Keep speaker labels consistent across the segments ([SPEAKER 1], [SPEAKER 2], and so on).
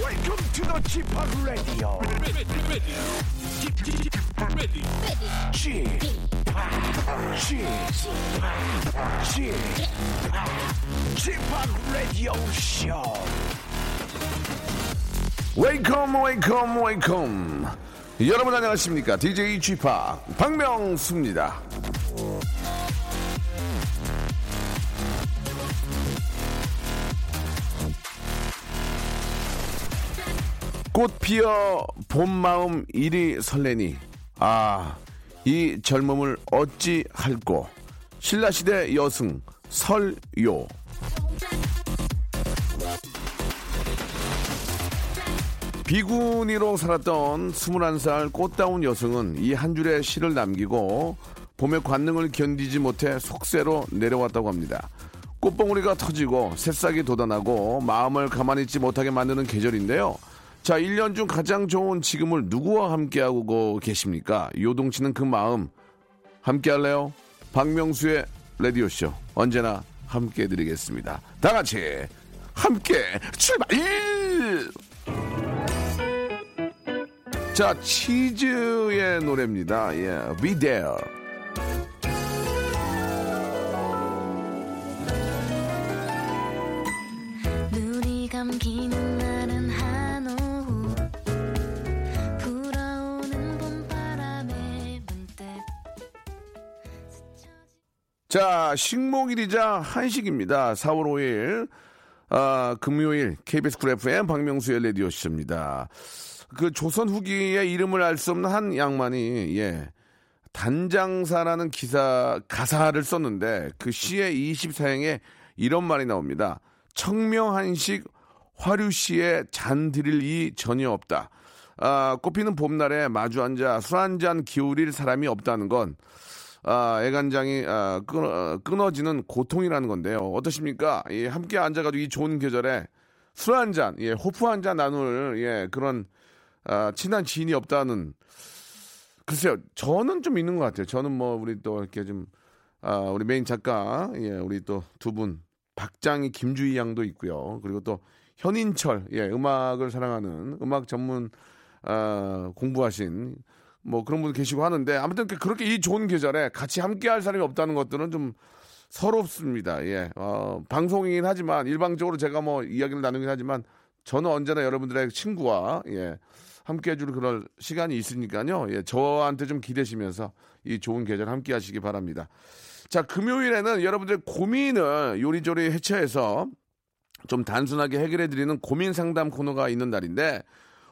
[SPEAKER 1] Welcome to the Chip Radio.
[SPEAKER 2] ready, ready, Keep- keep- keep ready.
[SPEAKER 1] Chip, Chip, Chip, Chip Radio Show. Welcome, welcome, welcome. 여러분 안녕하십니까? DJ G 파 박명수입니다. 꽃 피어 봄 마음 일이 설레니 아 이 젊음을 어찌 할꼬 신라시대 여승 설요 비구니로 살았던 21살 꽃다운 여성은 이 한 줄의 시를 남기고 봄의 관능을 견디지 못해 속세로 내려왔다고 합니다. 꽃봉우리가 터지고 새싹이 돋아나고 마음을 가만히 있지 못하게 만드는 계절인데요. 자, 1년 중 가장 좋은 지금을 누구와 함께하고 계십니까? 요동치는 그 마음 함께 할래요? 박명수의 라디오쇼 언제나 함께 해드리겠습니다. 다 같이 함께 출발! 자, 치즈의 노래입니다. 예, Be There.
[SPEAKER 3] 눈이 감기는 나른 한 오후 불어오는 봄바람에 문득
[SPEAKER 1] 자, 식목일이자 한식입니다. 4월 5일, 아, 금요일, KBS 쿨 FM 박명수의 라디오 쇼입니다. 그 조선 후기의 이름을 알 수 없는 한 양반이, 예, 단장사라는 기사, 가사를 썼는데, 그 시의 24행에 이런 말이 나옵니다. 청명한식 화류시에 잔 드릴 이 전혀 없다. 아, 꽃피는 봄날에 마주 앉아 술 한 잔 기울일 사람이 없다는 건 아, 애간장이 아, 끊어, 지는 고통이라는 건데요. 어떠십니까? 예, 함께 앉아가지고 이 좋은 계절에 술 한 잔, 예, 호프 한 잔 나눌 예, 그런 아, 친한 지인이 없다는 글쎄요, 저는 좀 있는 것 같아요. 저는 뭐 우리 또 이렇게 좀 아, 우리 메인 작가, 예, 우리 또 두 분, 박장희, 김주희 양도 있고요. 그리고 또 현인철, 예, 음악을 사랑하는 음악 전문 아, 공부하신 뭐 그런 분 계시고 하는데 아무튼 그- 그렇게 이 좋은 계절에 같이 함께할 사람이 없다는 것들은 좀 서럽습니다. 예, 어, 방송이긴 하지만 일방적으로 제가 뭐 이야기를 나누긴 하지만 저는 언제나 여러분들의 친구와 예, 함께 해줄 그럴 시간이 있으니까요. 예, 저한테 좀 기대시면서 이 좋은 계절 함께 하시기 바랍니다. 자, 금요일에는 여러분들의 고민을 요리조리 해체해서 좀 단순하게 해결해드리는 고민 상담 코너가 있는 날인데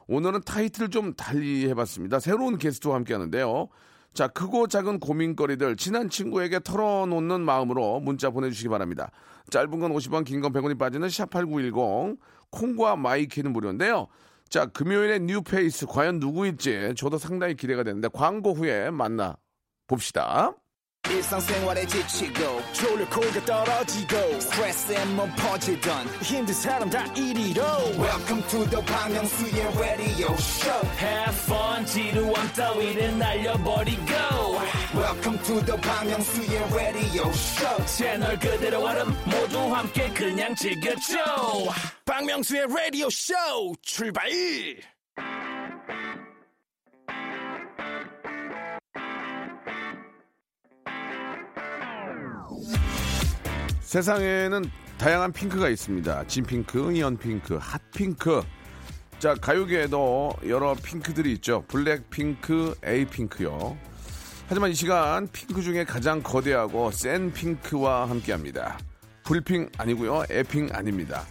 [SPEAKER 1] 오늘은 타이틀 좀 달리 해봤습니다. 새로운 게스트와 함께 하는데요. 자, 크고 작은 고민거리들 친한 친구에게 털어놓는 마음으로 문자 보내주시기 바랍니다. 짧은 건 50원, 긴 건 100원이 빠지는 샵8910 콩과 마이키는 무료인데요. 자, 금요일에 뉴페이스 과연 누구일지 저도 상당히 기대가 되는데 광고 후에 만나 봅시다.
[SPEAKER 4] 일상생활에 지치고, 졸려 코가 떨어지고, 스트레스에 몸 퍼지던, 힘든 사람 다 이리로. welcome to the Bang Myung-soo's radio show
[SPEAKER 5] Have fun 지루함 따위를 날려버리고
[SPEAKER 4] welcome to the Bang Myung-soo's radio show
[SPEAKER 5] 채널 그대로 얼음 모두 함께 그냥 즐겨줘
[SPEAKER 2] 박명수의 라디오 쇼 출발!
[SPEAKER 1] 세상에는 다양한 핑크가 있습니다. 진핑크, 이언핑크, 핫핑크. 자, 가요계에도 여러 핑크들이 있죠. 블랙핑크, 에이핑크요. 하지만 이 시간 핑크 중에 가장 거대하고 센 핑크와 함께합니다. 불핑 아니고요. 에핑 아닙니다.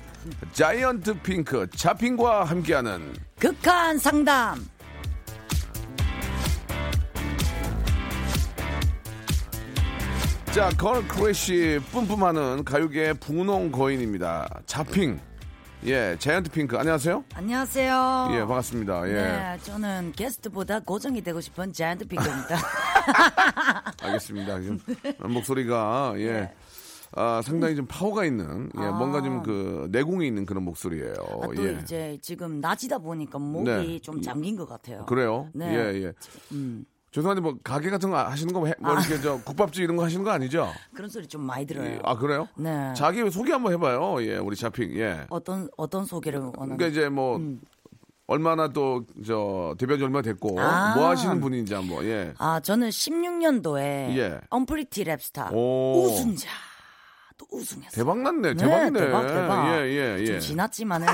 [SPEAKER 1] 자이언트 핑크, 자핑과 함께하는
[SPEAKER 6] 극한 상담.
[SPEAKER 1] 자, 걸 크래쉬 뿜뿜하는 가요계의 분홍 거인입니다. 자핑. 예, 자이언트 핑크. 안녕하세요.
[SPEAKER 6] 안녕하세요.
[SPEAKER 1] 예, 반갑습니다. 예.
[SPEAKER 6] 네, 저는 게스트보다 고정이 되고 싶은 자이언트 피규입니다.
[SPEAKER 1] 알겠습니다. 지금
[SPEAKER 6] 네.
[SPEAKER 1] 목소리가 예. 아, 상당히 좀 파워가 있는, 예, 뭔가 좀 그 내공이 있는 그런 목소리예요.
[SPEAKER 6] 아, 또
[SPEAKER 1] 예.
[SPEAKER 6] 이제 지금 낮이다 보니까 목이
[SPEAKER 1] 네.
[SPEAKER 6] 좀 잠긴 것 같아요.
[SPEAKER 1] 그래요?
[SPEAKER 6] 네.
[SPEAKER 1] 예, 예. 죄송한데 뭐 가게 같은 거 하시는 거 뭐 이렇게
[SPEAKER 6] 아.
[SPEAKER 1] 저 국밥집 이런 거 하시는 거 아니죠?
[SPEAKER 6] 그런 소리 좀 많이 들어요.
[SPEAKER 1] 예, 아 그래요?
[SPEAKER 6] 네.
[SPEAKER 1] 자기 소개 한번 해봐요. 예, 우리 자핑. 예.
[SPEAKER 6] 어떤 음. 어떤 소개를 원하는?
[SPEAKER 1] 그러니까 이제 뭐 얼마나 또 저 데뷔한 지 얼마 됐고
[SPEAKER 6] 아.
[SPEAKER 1] 뭐 하시는 분인지 한번. 예.
[SPEAKER 6] 아 저는 16년도에
[SPEAKER 1] 예.
[SPEAKER 6] 언프리티 랩스타
[SPEAKER 1] 오.
[SPEAKER 6] 우승자 또 우승했어요.
[SPEAKER 1] 대박 났네.
[SPEAKER 6] 네,
[SPEAKER 1] 대박이네.
[SPEAKER 6] 대박 대박.
[SPEAKER 1] 예, 예,
[SPEAKER 6] 좀
[SPEAKER 1] 예.
[SPEAKER 6] 지났지만은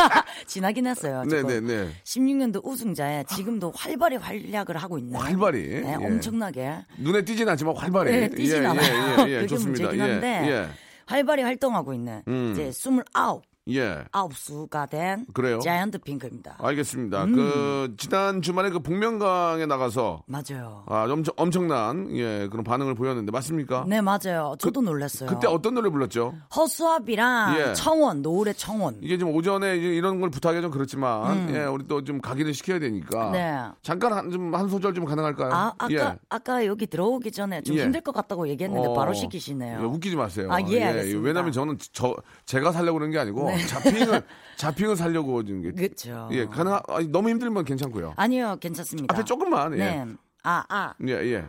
[SPEAKER 6] 지나긴 했어요.
[SPEAKER 1] 네,
[SPEAKER 6] 지금.
[SPEAKER 1] 네, 네.
[SPEAKER 6] 16년도 우승자에 지금도 활발히 활약을 하고 있는.
[SPEAKER 1] 활발히?
[SPEAKER 6] 네,
[SPEAKER 1] 예.
[SPEAKER 6] 엄청나게.
[SPEAKER 1] 눈에 띄진 않지만 활발해.
[SPEAKER 6] 네, 뛰진
[SPEAKER 1] 예,
[SPEAKER 6] 않아요.
[SPEAKER 1] 예, 예, 예.
[SPEAKER 6] 그게
[SPEAKER 1] 좋습니다.
[SPEAKER 6] 문제긴 한데
[SPEAKER 1] 예.
[SPEAKER 6] 활발히 활동하고 있는 이제 29
[SPEAKER 1] 예. 예.
[SPEAKER 6] 아홉 수가 된
[SPEAKER 1] 그래요? 아.
[SPEAKER 6] 자이언트 핑크입니다.
[SPEAKER 1] 알겠습니다.
[SPEAKER 6] 음.
[SPEAKER 1] 그 지난 주말에 그 복면가에 나가서
[SPEAKER 6] 맞아요.
[SPEAKER 1] 아, 엄청 엄청난 예, 그런 반응을 보였는데 맞습니까?
[SPEAKER 6] 네 맞아요. 저도 놀랐어요.
[SPEAKER 1] 그때 어떤 노래 불렀죠?
[SPEAKER 6] 허수아비랑
[SPEAKER 1] 예.
[SPEAKER 6] 청원 노을의 청원.
[SPEAKER 1] 이게 지금 오전에 이제 이런 걸 부탁하기 좀 그렇지만 예, 우리 또 좀 가기를 시켜야 되니까
[SPEAKER 6] 음. 네.
[SPEAKER 1] 잠깐 한 좀 한 소절 좀 가능할까요?
[SPEAKER 6] 아 아까
[SPEAKER 1] 예.
[SPEAKER 6] 아까 여기 들어오기 전에 좀
[SPEAKER 1] 예.
[SPEAKER 6] 힘들 것 같다고 얘기했는데
[SPEAKER 1] 어,
[SPEAKER 6] 바로 시키시네요.
[SPEAKER 1] 예, 웃기지 마세요.
[SPEAKER 6] 아, 예, 알겠습니다. 네.
[SPEAKER 1] 왜냐면 저는 저 제가 살려고 그런 게 아니고 자핑을 자핑을 살려고 지금 이게-
[SPEAKER 6] 그렇죠.
[SPEAKER 1] 예, 가능 아니, 너무 힘들면 괜찮고요.
[SPEAKER 6] 아니요 괜찮습니다.
[SPEAKER 1] 앞에 조금만 예.
[SPEAKER 6] 네. 아 아.
[SPEAKER 1] 예, 예.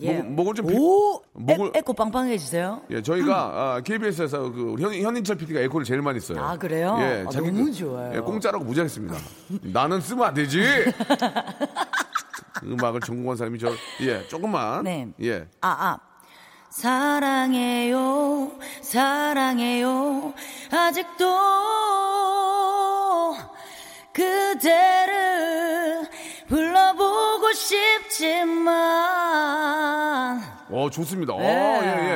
[SPEAKER 6] 예.
[SPEAKER 1] 목, 목을 좀 빌-
[SPEAKER 6] 오
[SPEAKER 1] 목을-
[SPEAKER 6] 에, 에코 빵빵해 주세요.
[SPEAKER 1] 예, 저희가 아, KBS에서 그 현, 현인철 PD가 에코를 제일 많이 써요.
[SPEAKER 6] 아, 그래요?
[SPEAKER 1] 예,
[SPEAKER 6] 아,
[SPEAKER 1] 자기
[SPEAKER 6] 너무
[SPEAKER 1] 그-
[SPEAKER 6] 좋아요.
[SPEAKER 1] 예, 공짜라고 무지하겠습니다 나는 쓰면 안 되지. 음악을 전공한 사람이 저 예, 조금만
[SPEAKER 6] 네.
[SPEAKER 1] 예.
[SPEAKER 6] 아, 아. 사랑해요, 사랑해요, 아직도 그대를 불러보고 싶지만.
[SPEAKER 1] 어, 좋습니다. 어,
[SPEAKER 6] 예.
[SPEAKER 1] 예,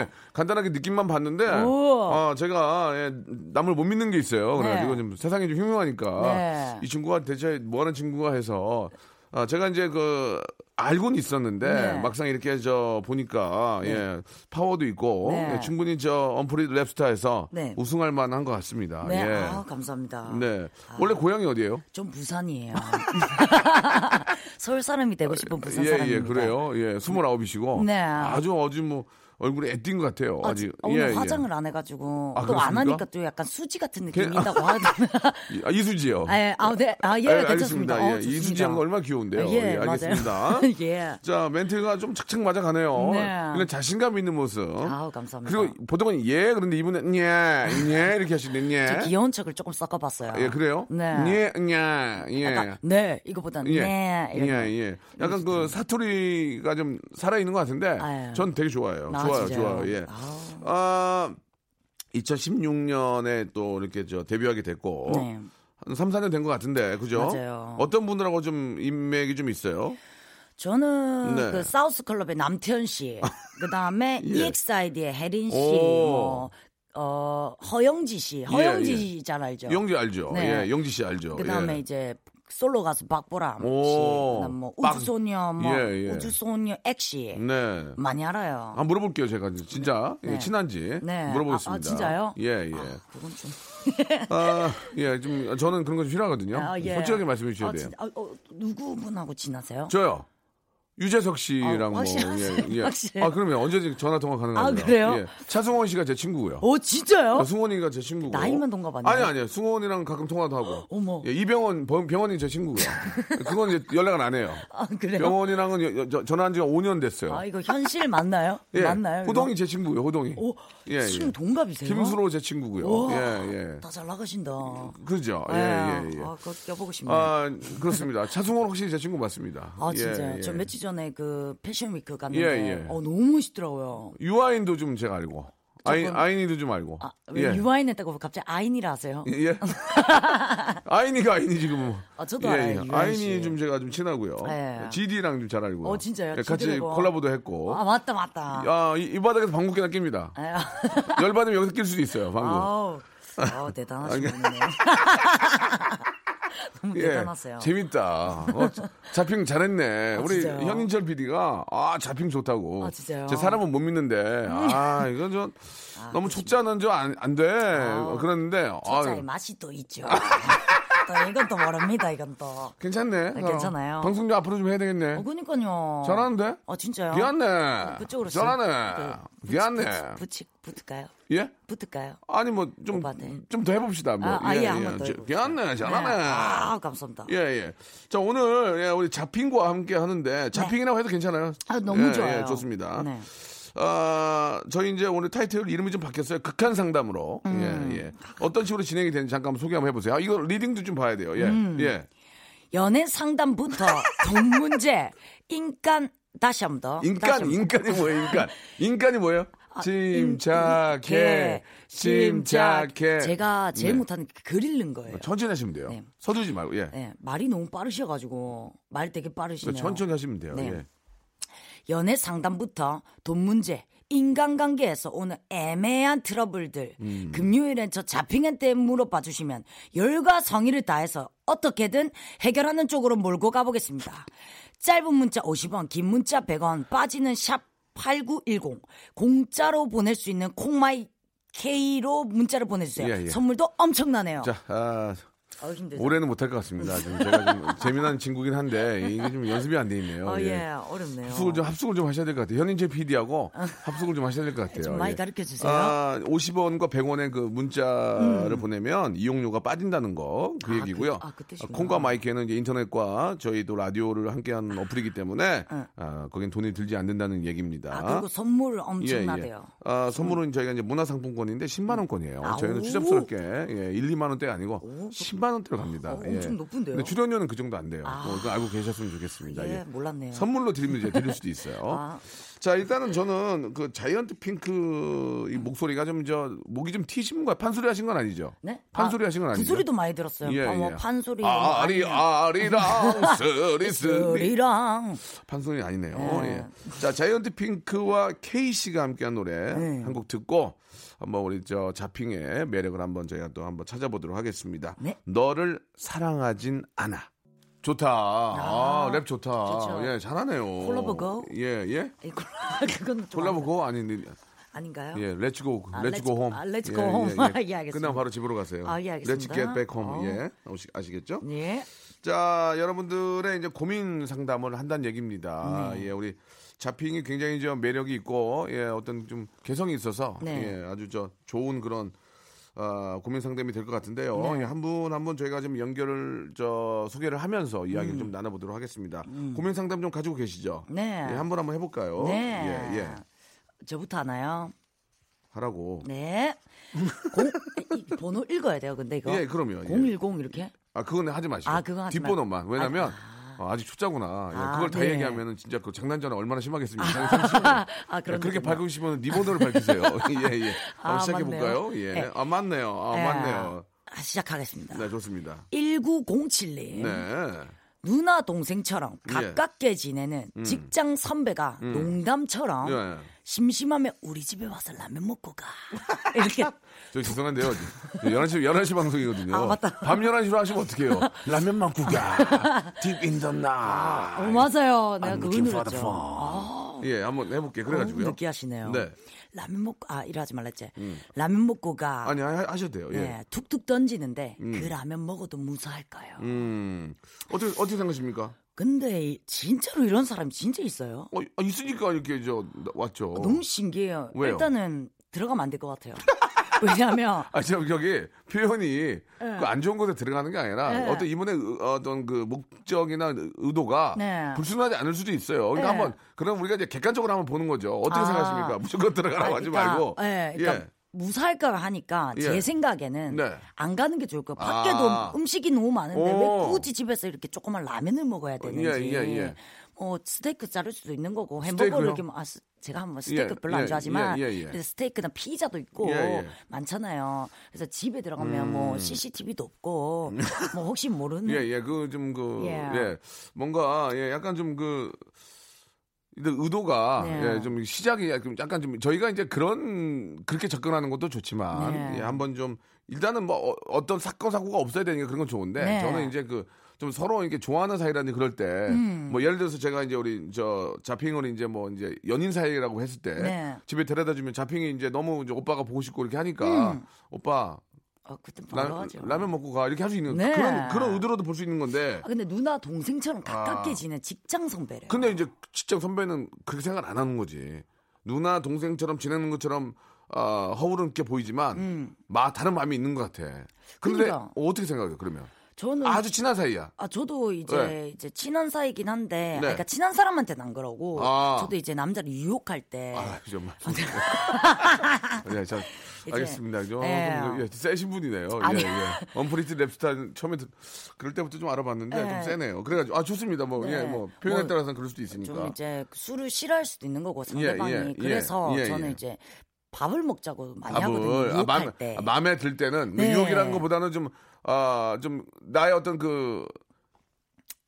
[SPEAKER 1] 예. 간단하게 느낌만 봤는데,
[SPEAKER 6] 우와.
[SPEAKER 1] 아, 제가 예, 남을 못 믿는 게 있어요. 그래가지고
[SPEAKER 6] 네.
[SPEAKER 1] 좀 세상이 좀 흉흉하니까
[SPEAKER 6] 네.
[SPEAKER 1] 이 친구가 대체 뭐하는 친구가 해서 아, 제가 이제 그 알고는 있었는데
[SPEAKER 6] 네.
[SPEAKER 1] 막상 이렇게 저 보니까 예, 파워도 있고
[SPEAKER 6] 네.
[SPEAKER 1] 예, 충분히 저 언프리 랩스타에서
[SPEAKER 6] 네.
[SPEAKER 1] 우승할 만한 것 같습니다.
[SPEAKER 6] 네,
[SPEAKER 1] 예.
[SPEAKER 6] 아, 감사합니다.
[SPEAKER 1] 네. 원래 고향이 어디예요?
[SPEAKER 6] 좀 부산이에요. 서울 사람이 되고 싶은 뭐 부산
[SPEAKER 1] 예, 예,
[SPEAKER 6] 사람입니다.
[SPEAKER 1] 그래요. 예, 스물아홉이시고
[SPEAKER 6] 네.
[SPEAKER 1] 아주 어제 뭐 얼굴에 애띤 것 같아요.
[SPEAKER 6] 아,
[SPEAKER 1] 아직
[SPEAKER 6] 오늘
[SPEAKER 1] 예, 예.
[SPEAKER 6] 화장을 안 해가지고
[SPEAKER 1] 아,
[SPEAKER 6] 또 안
[SPEAKER 1] 그렇습니까?
[SPEAKER 6] 하니까 또 약간 수지 같은
[SPEAKER 1] 걔-
[SPEAKER 6] 느낌이 있다고 하던데
[SPEAKER 1] 아, 이수지요.
[SPEAKER 6] 아, 예, 아, 네. 아, 예,
[SPEAKER 1] 알-
[SPEAKER 6] 괜찮습니다. 어,
[SPEAKER 1] 예,
[SPEAKER 6] 좋습니다.
[SPEAKER 1] 이수지 양거 얼마나 귀여운데요.
[SPEAKER 6] 예,
[SPEAKER 1] 예,
[SPEAKER 6] 맞아요.
[SPEAKER 1] 알겠습니다.
[SPEAKER 6] 예.
[SPEAKER 1] 자, 멘트가 좀 착착 맞아가네요.
[SPEAKER 6] 네.
[SPEAKER 1] 이건 자신감 있는 모습.
[SPEAKER 6] 아우, 감사합니다.
[SPEAKER 1] 그리고 보통은 예, 그런데 이분은 예, 예, 이렇게 하시는데
[SPEAKER 6] 저
[SPEAKER 1] 예.
[SPEAKER 6] 귀여운 척을 조금 섞어봤어요.
[SPEAKER 1] 예, 그래요?
[SPEAKER 6] 네.
[SPEAKER 1] 예, 예, 예.
[SPEAKER 6] 약간 네 이거보다
[SPEAKER 1] 예.
[SPEAKER 6] 네
[SPEAKER 1] 예,
[SPEAKER 6] 이런 거.
[SPEAKER 1] 예. 약간 그 사투리가 좀 살아있는 것 같은데,
[SPEAKER 6] 아유.
[SPEAKER 1] 전 되게 좋아요.
[SPEAKER 6] 아,
[SPEAKER 1] 좋아요,
[SPEAKER 6] 진짜요?
[SPEAKER 1] 좋아요. 예.
[SPEAKER 6] 아우.
[SPEAKER 1] 아, 2016년에 또 이렇게 저 데뷔하게 됐고,
[SPEAKER 6] 네.
[SPEAKER 1] 한 3, 4년 된 것 같은데, 그죠?
[SPEAKER 6] 맞아요.
[SPEAKER 1] 어떤 분들하고 좀 인맥이 좀 있어요?
[SPEAKER 6] 저는
[SPEAKER 1] 네. 아,
[SPEAKER 6] 그 사우스 클럽의 남태현 씨, 그 다음에
[SPEAKER 1] 예.
[SPEAKER 6] EXID의 혜린 씨,
[SPEAKER 1] 오. 예,
[SPEAKER 6] 뭐, 어, 허영지 씨, 허영지 잘 알죠?
[SPEAKER 1] 영지 알죠?
[SPEAKER 6] 네.
[SPEAKER 1] 예, 영지 씨 알죠?
[SPEAKER 6] 그 다음에
[SPEAKER 1] 예.
[SPEAKER 6] 이제 솔로 가수 박보람 씨,
[SPEAKER 1] 오.
[SPEAKER 6] 그다음 뭐
[SPEAKER 1] 빡.
[SPEAKER 6] 우주소녀, 뭐
[SPEAKER 1] 예, 예.
[SPEAKER 6] 우주소녀 액씨
[SPEAKER 1] 네.
[SPEAKER 6] 많이 알아요.
[SPEAKER 1] 한번 물어볼게요, 제가. 진짜. 예,
[SPEAKER 6] 네.
[SPEAKER 1] 친한지.
[SPEAKER 6] 네.
[SPEAKER 1] 물어보겠습니다.
[SPEAKER 6] 아, 아, 진짜요?
[SPEAKER 1] 예, 예.
[SPEAKER 6] 아, 그건 좀.
[SPEAKER 1] 아, 예, 좀, 저는 그런 거 좀 싫어하거든요.
[SPEAKER 6] 아, 예.
[SPEAKER 1] 솔직하게 말씀해 주셔야
[SPEAKER 6] 아,
[SPEAKER 1] 돼요.
[SPEAKER 6] 진짜. 아, 어, 누구 분하고 지나세요?
[SPEAKER 1] 저요. 유재석 씨랑
[SPEAKER 6] 아,
[SPEAKER 1] 뭐,
[SPEAKER 6] 확실하세요?
[SPEAKER 1] 예, 예.
[SPEAKER 6] 확실해요?
[SPEAKER 1] 아, 그러면 언제든지 전화 통화 가능합니다.
[SPEAKER 6] 아, 그래요?
[SPEAKER 1] 예. 차승원 씨가 제 친구고요.
[SPEAKER 6] 오 어, 진짜요?
[SPEAKER 1] 승원이가 제 친구고.
[SPEAKER 6] 나이만 동갑 아니에요?
[SPEAKER 1] 아니, 아니요. 승원이랑 가끔 통화도 하고.
[SPEAKER 6] 어머.
[SPEAKER 1] 예, 이병헌, 병- 병헌이 제 친구고요. 그건 이제 연락을 안 해요.
[SPEAKER 6] 아, 그래요?
[SPEAKER 1] 병헌이랑은 여- 여- 저- 전화한 지가 5년 됐어요.
[SPEAKER 6] 아 이거 현실 맞나요?
[SPEAKER 1] 예,
[SPEAKER 6] 맞나요?
[SPEAKER 1] 호동이 제 친구예요, 호동이.
[SPEAKER 6] 이거? 오, 지금 동갑이세요?
[SPEAKER 1] 김수로 제 친구고요.
[SPEAKER 6] 우와,
[SPEAKER 1] 예, 예.
[SPEAKER 6] 다 잘 나가신다.
[SPEAKER 1] 그죠? 예, 예, 예.
[SPEAKER 6] 아, 그거 껴보고 싶네요. 아,
[SPEAKER 1] 아, 그렇습니다. 차승원 확실히 제 친구 맞습니다. 예,
[SPEAKER 6] 진짜요?
[SPEAKER 1] 예.
[SPEAKER 6] 저 며칠 전에 그 패션 위크 갔는데
[SPEAKER 1] 예, 예.
[SPEAKER 6] 어, 너무 멋있더라고요.
[SPEAKER 1] 유아인도 좀 제가 알고. 아인, 아인이도 좀 알고.
[SPEAKER 6] 아, 왜 유아인 했다고 갑자기 아인이라 하세요?
[SPEAKER 1] 예. 아인이가 아인이 지금. 뭐. 예,
[SPEAKER 6] 아, 저도 알아요, 유아인
[SPEAKER 1] 아인이
[SPEAKER 6] 씨.
[SPEAKER 1] 좀 제가 좀 친하고요.
[SPEAKER 6] 예.
[SPEAKER 1] GD랑 좀 잘 알고.
[SPEAKER 6] 어, 진짜요?
[SPEAKER 1] 같이
[SPEAKER 6] GD 고.
[SPEAKER 1] 콜라보도 했고.
[SPEAKER 6] 아, 맞다, 맞다.
[SPEAKER 1] 아, 이, 이 바닥에서 방귀깨나 낍니다.
[SPEAKER 6] 아유,
[SPEAKER 1] 열받으면 여기서 낄 수도 있어요, 방구.
[SPEAKER 6] 아우, 어, 대단하신 분이네요. 너무 대단하세요.
[SPEAKER 1] 예.
[SPEAKER 6] 아,
[SPEAKER 1] 재밌다. 어, 자핑 잘했네. 우리
[SPEAKER 6] 진짜요?
[SPEAKER 1] 현인철 PD가 아 자핑 좋다고.
[SPEAKER 6] 아, 진짜요? 음.
[SPEAKER 1] 제 사람은 못 믿는데 아 이건 저 너무 초짜는 저안안 돼. 그랬는데 아,
[SPEAKER 6] 진짜의 맛이 또 있죠. 또 이건 또 모릅니다. 이건 또.
[SPEAKER 1] 괜찮네.
[SPEAKER 6] 네, 괜찮아요.
[SPEAKER 1] 방송도 앞으로 좀 해야 되겠네.
[SPEAKER 6] 어, 그니까요.
[SPEAKER 1] 잘하는데?
[SPEAKER 6] 아 진짜요?
[SPEAKER 1] 미안해.
[SPEAKER 6] 어, 그쪽으로 좀
[SPEAKER 1] 잘하네.
[SPEAKER 6] 그 붙-
[SPEAKER 1] 미안해.
[SPEAKER 6] 붙- 붙- 붙을까요?
[SPEAKER 1] 예?
[SPEAKER 6] 붙을까요?
[SPEAKER 1] 아니 뭐 좀 좀 더
[SPEAKER 6] 오빠네.
[SPEAKER 1] 해봅시다. 뭐.
[SPEAKER 6] 아, 아, 예, 한번더
[SPEAKER 1] 저-
[SPEAKER 6] 해봅시다.
[SPEAKER 1] 미안해. 잘하네.
[SPEAKER 6] 네. 아 감사합니다.
[SPEAKER 1] 예, 예. 자, 오늘, 예, 우리 자핑과 함께 하는데, 자핑이라고 해도 괜찮아요.
[SPEAKER 6] 네. 아 너무
[SPEAKER 1] 예,
[SPEAKER 6] 좋아요.
[SPEAKER 1] 예, 좋습니다.
[SPEAKER 6] 네.
[SPEAKER 1] 아, 저희 이제 오늘 타이틀 이름이 좀 바뀌었어요. 극한 상담으로.
[SPEAKER 6] 음.
[SPEAKER 1] 예, 예. 어떤 식으로 진행이 되는지 잠깐 소개 한번 해보세요. 아, 이거 리딩도 좀 봐야 돼요. 예,
[SPEAKER 6] 음.
[SPEAKER 1] 예.
[SPEAKER 6] 연애 상담부터 돈 문제, 인간 다시 한 번 더. 다시
[SPEAKER 1] 인간,
[SPEAKER 6] 한 번.
[SPEAKER 1] 인간이 뭐예요, 인간? 인간이 뭐예요?
[SPEAKER 6] 개,
[SPEAKER 1] 침착해, 침착해.
[SPEAKER 6] 예. 제가 제일
[SPEAKER 1] 네.
[SPEAKER 6] 못하는 게 그릴는 거예요.
[SPEAKER 1] 천천히 하시면 돼요.
[SPEAKER 6] 네.
[SPEAKER 1] 서두르지 말고, 예.
[SPEAKER 6] 네, 말이 너무 빠르셔가지고 말 되게 빠르시네요.
[SPEAKER 1] 천천히 하시면 돼요.
[SPEAKER 6] 네.
[SPEAKER 1] 예.
[SPEAKER 6] 연애 상담부터 돈 문제, 인간관계에서 오는 애매한 트러블들.
[SPEAKER 1] 음.
[SPEAKER 6] 금요일엔 저 자핑한테 물어봐 주시면 열과 성의를 다해서 어떻게든 해결하는 쪽으로 몰고 가보겠습니다. 짧은 문자 50원, 긴 문자 100원, 빠지는 샵 8910. 공짜로 보낼 수 있는 콩마이 K로 문자를 보내주세요.
[SPEAKER 1] 예, 예.
[SPEAKER 6] 선물도 엄청나네요.
[SPEAKER 1] 자, 아,
[SPEAKER 6] 어우, 힘들다.
[SPEAKER 1] 올해는 못할 것 같습니다. 지금 제가 좀 재미난 친구긴 한데 이게 좀 연습이 안 돼 있네요.
[SPEAKER 6] 어,
[SPEAKER 1] 예.
[SPEAKER 6] 예, 어렵네요.
[SPEAKER 1] 합숙을 좀 합숙을 좀 하셔야 될 것 같아요. 현인재 PD하고 합숙을 좀 하셔야 될 것 같아요.
[SPEAKER 6] 어. 좀 많이
[SPEAKER 1] 예.
[SPEAKER 6] 가르쳐 주세요.
[SPEAKER 1] 아, 50원과 100원의 그 문자를 보내면 이용료가 빠진다는 거 그 얘기고요.
[SPEAKER 6] 그- 아, 그 뜻이구나.
[SPEAKER 1] 콩과 마이크는 이제 인터넷과 저희도 라디오를 함께하는 어플이기 때문에 아, 거긴 돈이 들지 않는다는 얘기입니다. 예,
[SPEAKER 6] 아, 그리고 선물 엄청나대요. 음.
[SPEAKER 1] 아, 선물은 저희가 이제 문화상품권인데 10만 원권이에요.
[SPEAKER 6] 아,
[SPEAKER 1] 저희는
[SPEAKER 6] 오.
[SPEAKER 1] 추잡스럽게 예, 1, 2만 원대 가 아니고 10만 원대로 갑니다.
[SPEAKER 6] 어, 엄청
[SPEAKER 1] 예.
[SPEAKER 6] 높은데요? 아.
[SPEAKER 1] 근데 출연료는 그 정도 안 돼요. 어, 그거 알고 계셨으면 좋겠습니다.
[SPEAKER 6] 예, 아.
[SPEAKER 1] 예.
[SPEAKER 6] 몰랐네요.
[SPEAKER 1] 선물로 드리면 이제 드릴 수도 있어요. 자, 일단은 저는 그 자이언트 핑크
[SPEAKER 6] 음.
[SPEAKER 1] 이 목소리가 좀 저 목이 좀 튀신 거 판소리 하신 건 아니죠?
[SPEAKER 6] 네?
[SPEAKER 1] 판소리
[SPEAKER 6] 아,
[SPEAKER 1] 하신 건
[SPEAKER 6] 그
[SPEAKER 1] 아니죠?
[SPEAKER 6] 소리도 많이 들었어요.
[SPEAKER 1] 예,
[SPEAKER 6] 어, 뭐
[SPEAKER 1] 예.
[SPEAKER 6] 판소리. 뭐
[SPEAKER 1] 아, 아리 아리랑 스리스리
[SPEAKER 6] 소리랑
[SPEAKER 1] 판소리 아니네요. 예. 자, 자이언트 핑크와 케이 씨가 함께한 노래
[SPEAKER 6] 네.
[SPEAKER 1] 한 곡 듣고 한번 우리 저 자핑의 매력을 한번 저희가 또 한번 찾아보도록 하겠습니다.
[SPEAKER 6] 네.
[SPEAKER 1] 너를 사랑하진 않아. 좋다. 아, 랩 좋다.
[SPEAKER 6] 좋죠.
[SPEAKER 1] 예, 잘하네요.
[SPEAKER 6] 콜라보고.
[SPEAKER 1] 예, 예.
[SPEAKER 6] 이거 그건 좀
[SPEAKER 1] 콜라보고 아니 네,
[SPEAKER 6] 아닌가요?
[SPEAKER 1] 예, 렛츠고
[SPEAKER 6] 어? 아, let's
[SPEAKER 1] 렛츠고
[SPEAKER 6] go-
[SPEAKER 1] 홈.
[SPEAKER 6] 아, let's go home. 예, 알겠습니다.
[SPEAKER 1] 끝나면 바로 집으로 가세요.
[SPEAKER 6] 아, 예, 알겠습니다.
[SPEAKER 1] 렛츠 겟백 홈.
[SPEAKER 6] 어.
[SPEAKER 1] 예. 아시- 아시겠죠?
[SPEAKER 6] 예.
[SPEAKER 1] 자, 여러분들의 이제 고민 상담을 한다는 얘기입니다.
[SPEAKER 6] 네.
[SPEAKER 1] 예, 우리 자핑이 굉장히 좀 매력이 있고, 예, 어떤 좀 개성이 있어서,
[SPEAKER 6] 네.
[SPEAKER 1] 예, 아주 저 좋은 그런, 어, 고민 상담이 될 것 같은데요.
[SPEAKER 6] 네.
[SPEAKER 1] 예, 한 분 한 분 저희가 좀 연결을, 저, 소개를 하면서 이야기를 좀 나눠보도록 하겠습니다. 고민 상담 좀 가지고 계시죠?
[SPEAKER 6] 음. 네.
[SPEAKER 1] 예, 한분 한번 해볼까요?
[SPEAKER 6] 네.
[SPEAKER 1] 예, 예.
[SPEAKER 6] 저부터 하나요?
[SPEAKER 1] 하라고.
[SPEAKER 6] 네. 공, 이 번호 읽어야 돼요. 근데 이거.
[SPEAKER 1] 예, 그럼요. 예.
[SPEAKER 6] 010 이렇게?
[SPEAKER 1] 아, 그건 하지 마시고.
[SPEAKER 6] 아, 그거 하지
[SPEAKER 1] 뒷번호만.
[SPEAKER 6] 말고.
[SPEAKER 1] 왜냐면,
[SPEAKER 6] 아니,
[SPEAKER 1] 아, 아직 초짜구나. 예,
[SPEAKER 6] 아,
[SPEAKER 1] 그걸 다
[SPEAKER 6] 네.
[SPEAKER 1] 얘기하면 진짜 그 장난 전화 얼마나 심하겠습니까?
[SPEAKER 6] 아, 그런
[SPEAKER 1] 그렇게
[SPEAKER 6] 거구나.
[SPEAKER 1] 밝으시면 네 번호를 밝히세요. 예, 예. 한번
[SPEAKER 6] 아,
[SPEAKER 1] 시작해 볼까요?
[SPEAKER 6] 맞네요.
[SPEAKER 1] 예.
[SPEAKER 6] 네.
[SPEAKER 1] 아, 맞네요. 아,
[SPEAKER 6] 예.
[SPEAKER 1] 맞네요.
[SPEAKER 6] 아, 시작하겠습니다.
[SPEAKER 1] 네, 좋습니다.
[SPEAKER 6] 1907님.
[SPEAKER 1] 네. 예.
[SPEAKER 6] 누나 동생처럼 가깝게 지내는 직장 선배가 농담처럼
[SPEAKER 1] 음. 예.
[SPEAKER 6] 심심하면 우리 집에 와서 라면 먹고 가. 이렇게
[SPEAKER 1] 저 죄송한데요. 11시, 11시 방송이거든요.
[SPEAKER 6] 아, 맞다.
[SPEAKER 1] 밤 11시로 하시면 어떡해요? 라면 먹고 가. 딥 인더나.
[SPEAKER 6] 어, 맞아요. 내가
[SPEAKER 1] I'm
[SPEAKER 6] 그거
[SPEAKER 1] looking for
[SPEAKER 6] 노렸죠.
[SPEAKER 1] the
[SPEAKER 6] 아,
[SPEAKER 1] 예, 한번 해볼게요.
[SPEAKER 6] 너무
[SPEAKER 1] 그래가지고요.
[SPEAKER 6] 음, 느끼하시네요.
[SPEAKER 1] 네. 음.
[SPEAKER 6] 라면 먹고 아 이러지 말랬지. 라면 먹고 가.
[SPEAKER 1] 아니, 하, 하셔도 돼요. 예.
[SPEAKER 6] 네, 툭툭 던지는데 그 라면 먹어도 무사할까요?
[SPEAKER 1] 음. 어떻게, 어떻게 생각하십니까?
[SPEAKER 6] 근데 이- 진짜로 이런 사람이 진짜 있어요.
[SPEAKER 1] 어, 아, 있으니까 이렇게 저 나- 왔죠.
[SPEAKER 6] 아, 너무
[SPEAKER 1] 어.
[SPEAKER 6] 신기해요.
[SPEAKER 1] 왜요?
[SPEAKER 6] 일단은 들어가면 안 될 것 같아요. 왜냐하면
[SPEAKER 1] 아, 지금 여기 표현이 그 안 좋은 곳에 들어가는 게 아니라
[SPEAKER 6] 네.
[SPEAKER 1] 어떤 이분의 의- 어떤 그 목적이나 의도가
[SPEAKER 6] 네.
[SPEAKER 1] 불순하지 않을 수도 있어요. 그러니까
[SPEAKER 6] 네.
[SPEAKER 1] 한번 그럼 우리가 이제 객관적으로 한번 보는 거죠. 어떻게
[SPEAKER 6] 아.
[SPEAKER 1] 생각하십니까? 무조건 들어가라고 하지 말고.
[SPEAKER 6] 예, 그러니까 무사할까 하니까
[SPEAKER 1] 예.
[SPEAKER 6] 제 생각에는
[SPEAKER 1] 네.
[SPEAKER 6] 안 가는 게 좋을 거예요. 밖에도
[SPEAKER 1] 아.
[SPEAKER 6] 음식이 너무 많은데
[SPEAKER 1] 오.
[SPEAKER 6] 왜 굳이 집에서 이렇게 조그만 라면을 먹어야 되는지.
[SPEAKER 1] 예, 예, 예.
[SPEAKER 6] 뭐 스테이크 자를 수도 있는 거고
[SPEAKER 1] 스테이크요?
[SPEAKER 6] 햄버거를 이렇게 뭐- 아, 스- 제가 한번 스테이크
[SPEAKER 1] 예,
[SPEAKER 6] 별로
[SPEAKER 1] 예,
[SPEAKER 6] 안 좋아하지만
[SPEAKER 1] 예, 예, 예.
[SPEAKER 6] 그래서 스테이크나 피자도 있고
[SPEAKER 1] 예, 예.
[SPEAKER 6] 많잖아요. 그래서 집에 들어가면 뭐 CCTV도 없고 뭐 혹시 모르는
[SPEAKER 1] 예, 예, 그 좀 그,
[SPEAKER 6] 예.
[SPEAKER 1] 예, 뭔가 예, 약간 좀 그. 근데 의도가
[SPEAKER 6] 네.
[SPEAKER 1] 예, 좀 시작이 좀 약간 좀 저희가 이제 그런 그렇게 접근하는 것도 좋지만
[SPEAKER 6] 네.
[SPEAKER 1] 예, 한번 좀 일단은 뭐 어, 떤 사건 사고가 없어야 되니까 그런 건 좋은데
[SPEAKER 6] 네.
[SPEAKER 1] 저는 이제 그 좀 서로 이렇게 좋아하는 사이라든지 그럴 때 뭐
[SPEAKER 6] 음.
[SPEAKER 1] 예를 들어서 제가 이제 우리 저 자핑을 이제 뭐 이제 연인 사이라고 했을 때
[SPEAKER 6] 네. 음.
[SPEAKER 1] 집에 데려다 주면 자핑이 이제 너무 이제 오빠가 보고 싶고 이렇게 하니까 오빠
[SPEAKER 6] 어, 그땐
[SPEAKER 1] 라,
[SPEAKER 6] 반가워하죠.
[SPEAKER 1] 라면 먹고 가 이렇게 할 수 있는
[SPEAKER 6] 네.
[SPEAKER 1] 그런 그런 의도로도 볼 수 있는 건데
[SPEAKER 6] 아, 근데 누나 동생처럼 가깝게 지낸 직장 선배래요.
[SPEAKER 1] 아. 근데 이제 직장 선배는 그렇게 생각 안 하는 거지 누나 동생처럼 지내는 것처럼 아, 허울은 있게 보이지만 마 다른 마음이 있는 것 같아 근데
[SPEAKER 6] 음. 그러니까. 음.
[SPEAKER 1] 어떻게 생각해요 그러면
[SPEAKER 6] 저는
[SPEAKER 1] 아주 친한 사이야
[SPEAKER 6] 아 저도 이제
[SPEAKER 1] 네.
[SPEAKER 6] 이제 친한 사이긴 한데
[SPEAKER 1] 네.
[SPEAKER 6] 아, 그러니까 친한 사람한테는 안 그러고
[SPEAKER 1] 아.
[SPEAKER 6] 저도 이제 남자를 유혹할 때
[SPEAKER 1] 아, 정말. 예, 자,
[SPEAKER 6] 이제,
[SPEAKER 1] 알겠습니다. 좀,
[SPEAKER 6] 예.
[SPEAKER 1] 예, 세신 분이네요. 예,
[SPEAKER 6] 아니.
[SPEAKER 1] 예. 언프리티 랩스타 처음에 듣- 그럴 때부터 좀 알아봤는데 좀
[SPEAKER 6] 예.
[SPEAKER 1] 세네요. 그래가지고 아 좋습니다. 뭐,
[SPEAKER 6] 네.
[SPEAKER 1] 예, 뭐 표현에
[SPEAKER 6] 뭐,
[SPEAKER 1] 따라서는 그럴 수도
[SPEAKER 6] 좀
[SPEAKER 1] 있으니까.
[SPEAKER 6] 이제 술을 싫어할 수도 있는 거고
[SPEAKER 1] 그러니까. 예,
[SPEAKER 6] 상대방이
[SPEAKER 1] 예, 예,
[SPEAKER 6] 그래서
[SPEAKER 1] 예,
[SPEAKER 6] 저는
[SPEAKER 1] 예.
[SPEAKER 6] 이제 밥을 먹자고 많이 하거든요.
[SPEAKER 1] 밥을
[SPEAKER 6] 유혹할
[SPEAKER 1] 아, 마음,
[SPEAKER 6] 때.
[SPEAKER 1] 아, 마음에 들 때는
[SPEAKER 6] 네.
[SPEAKER 1] 유혹이라는 것보다는 좀, 아, 좀 나의 어떤 그,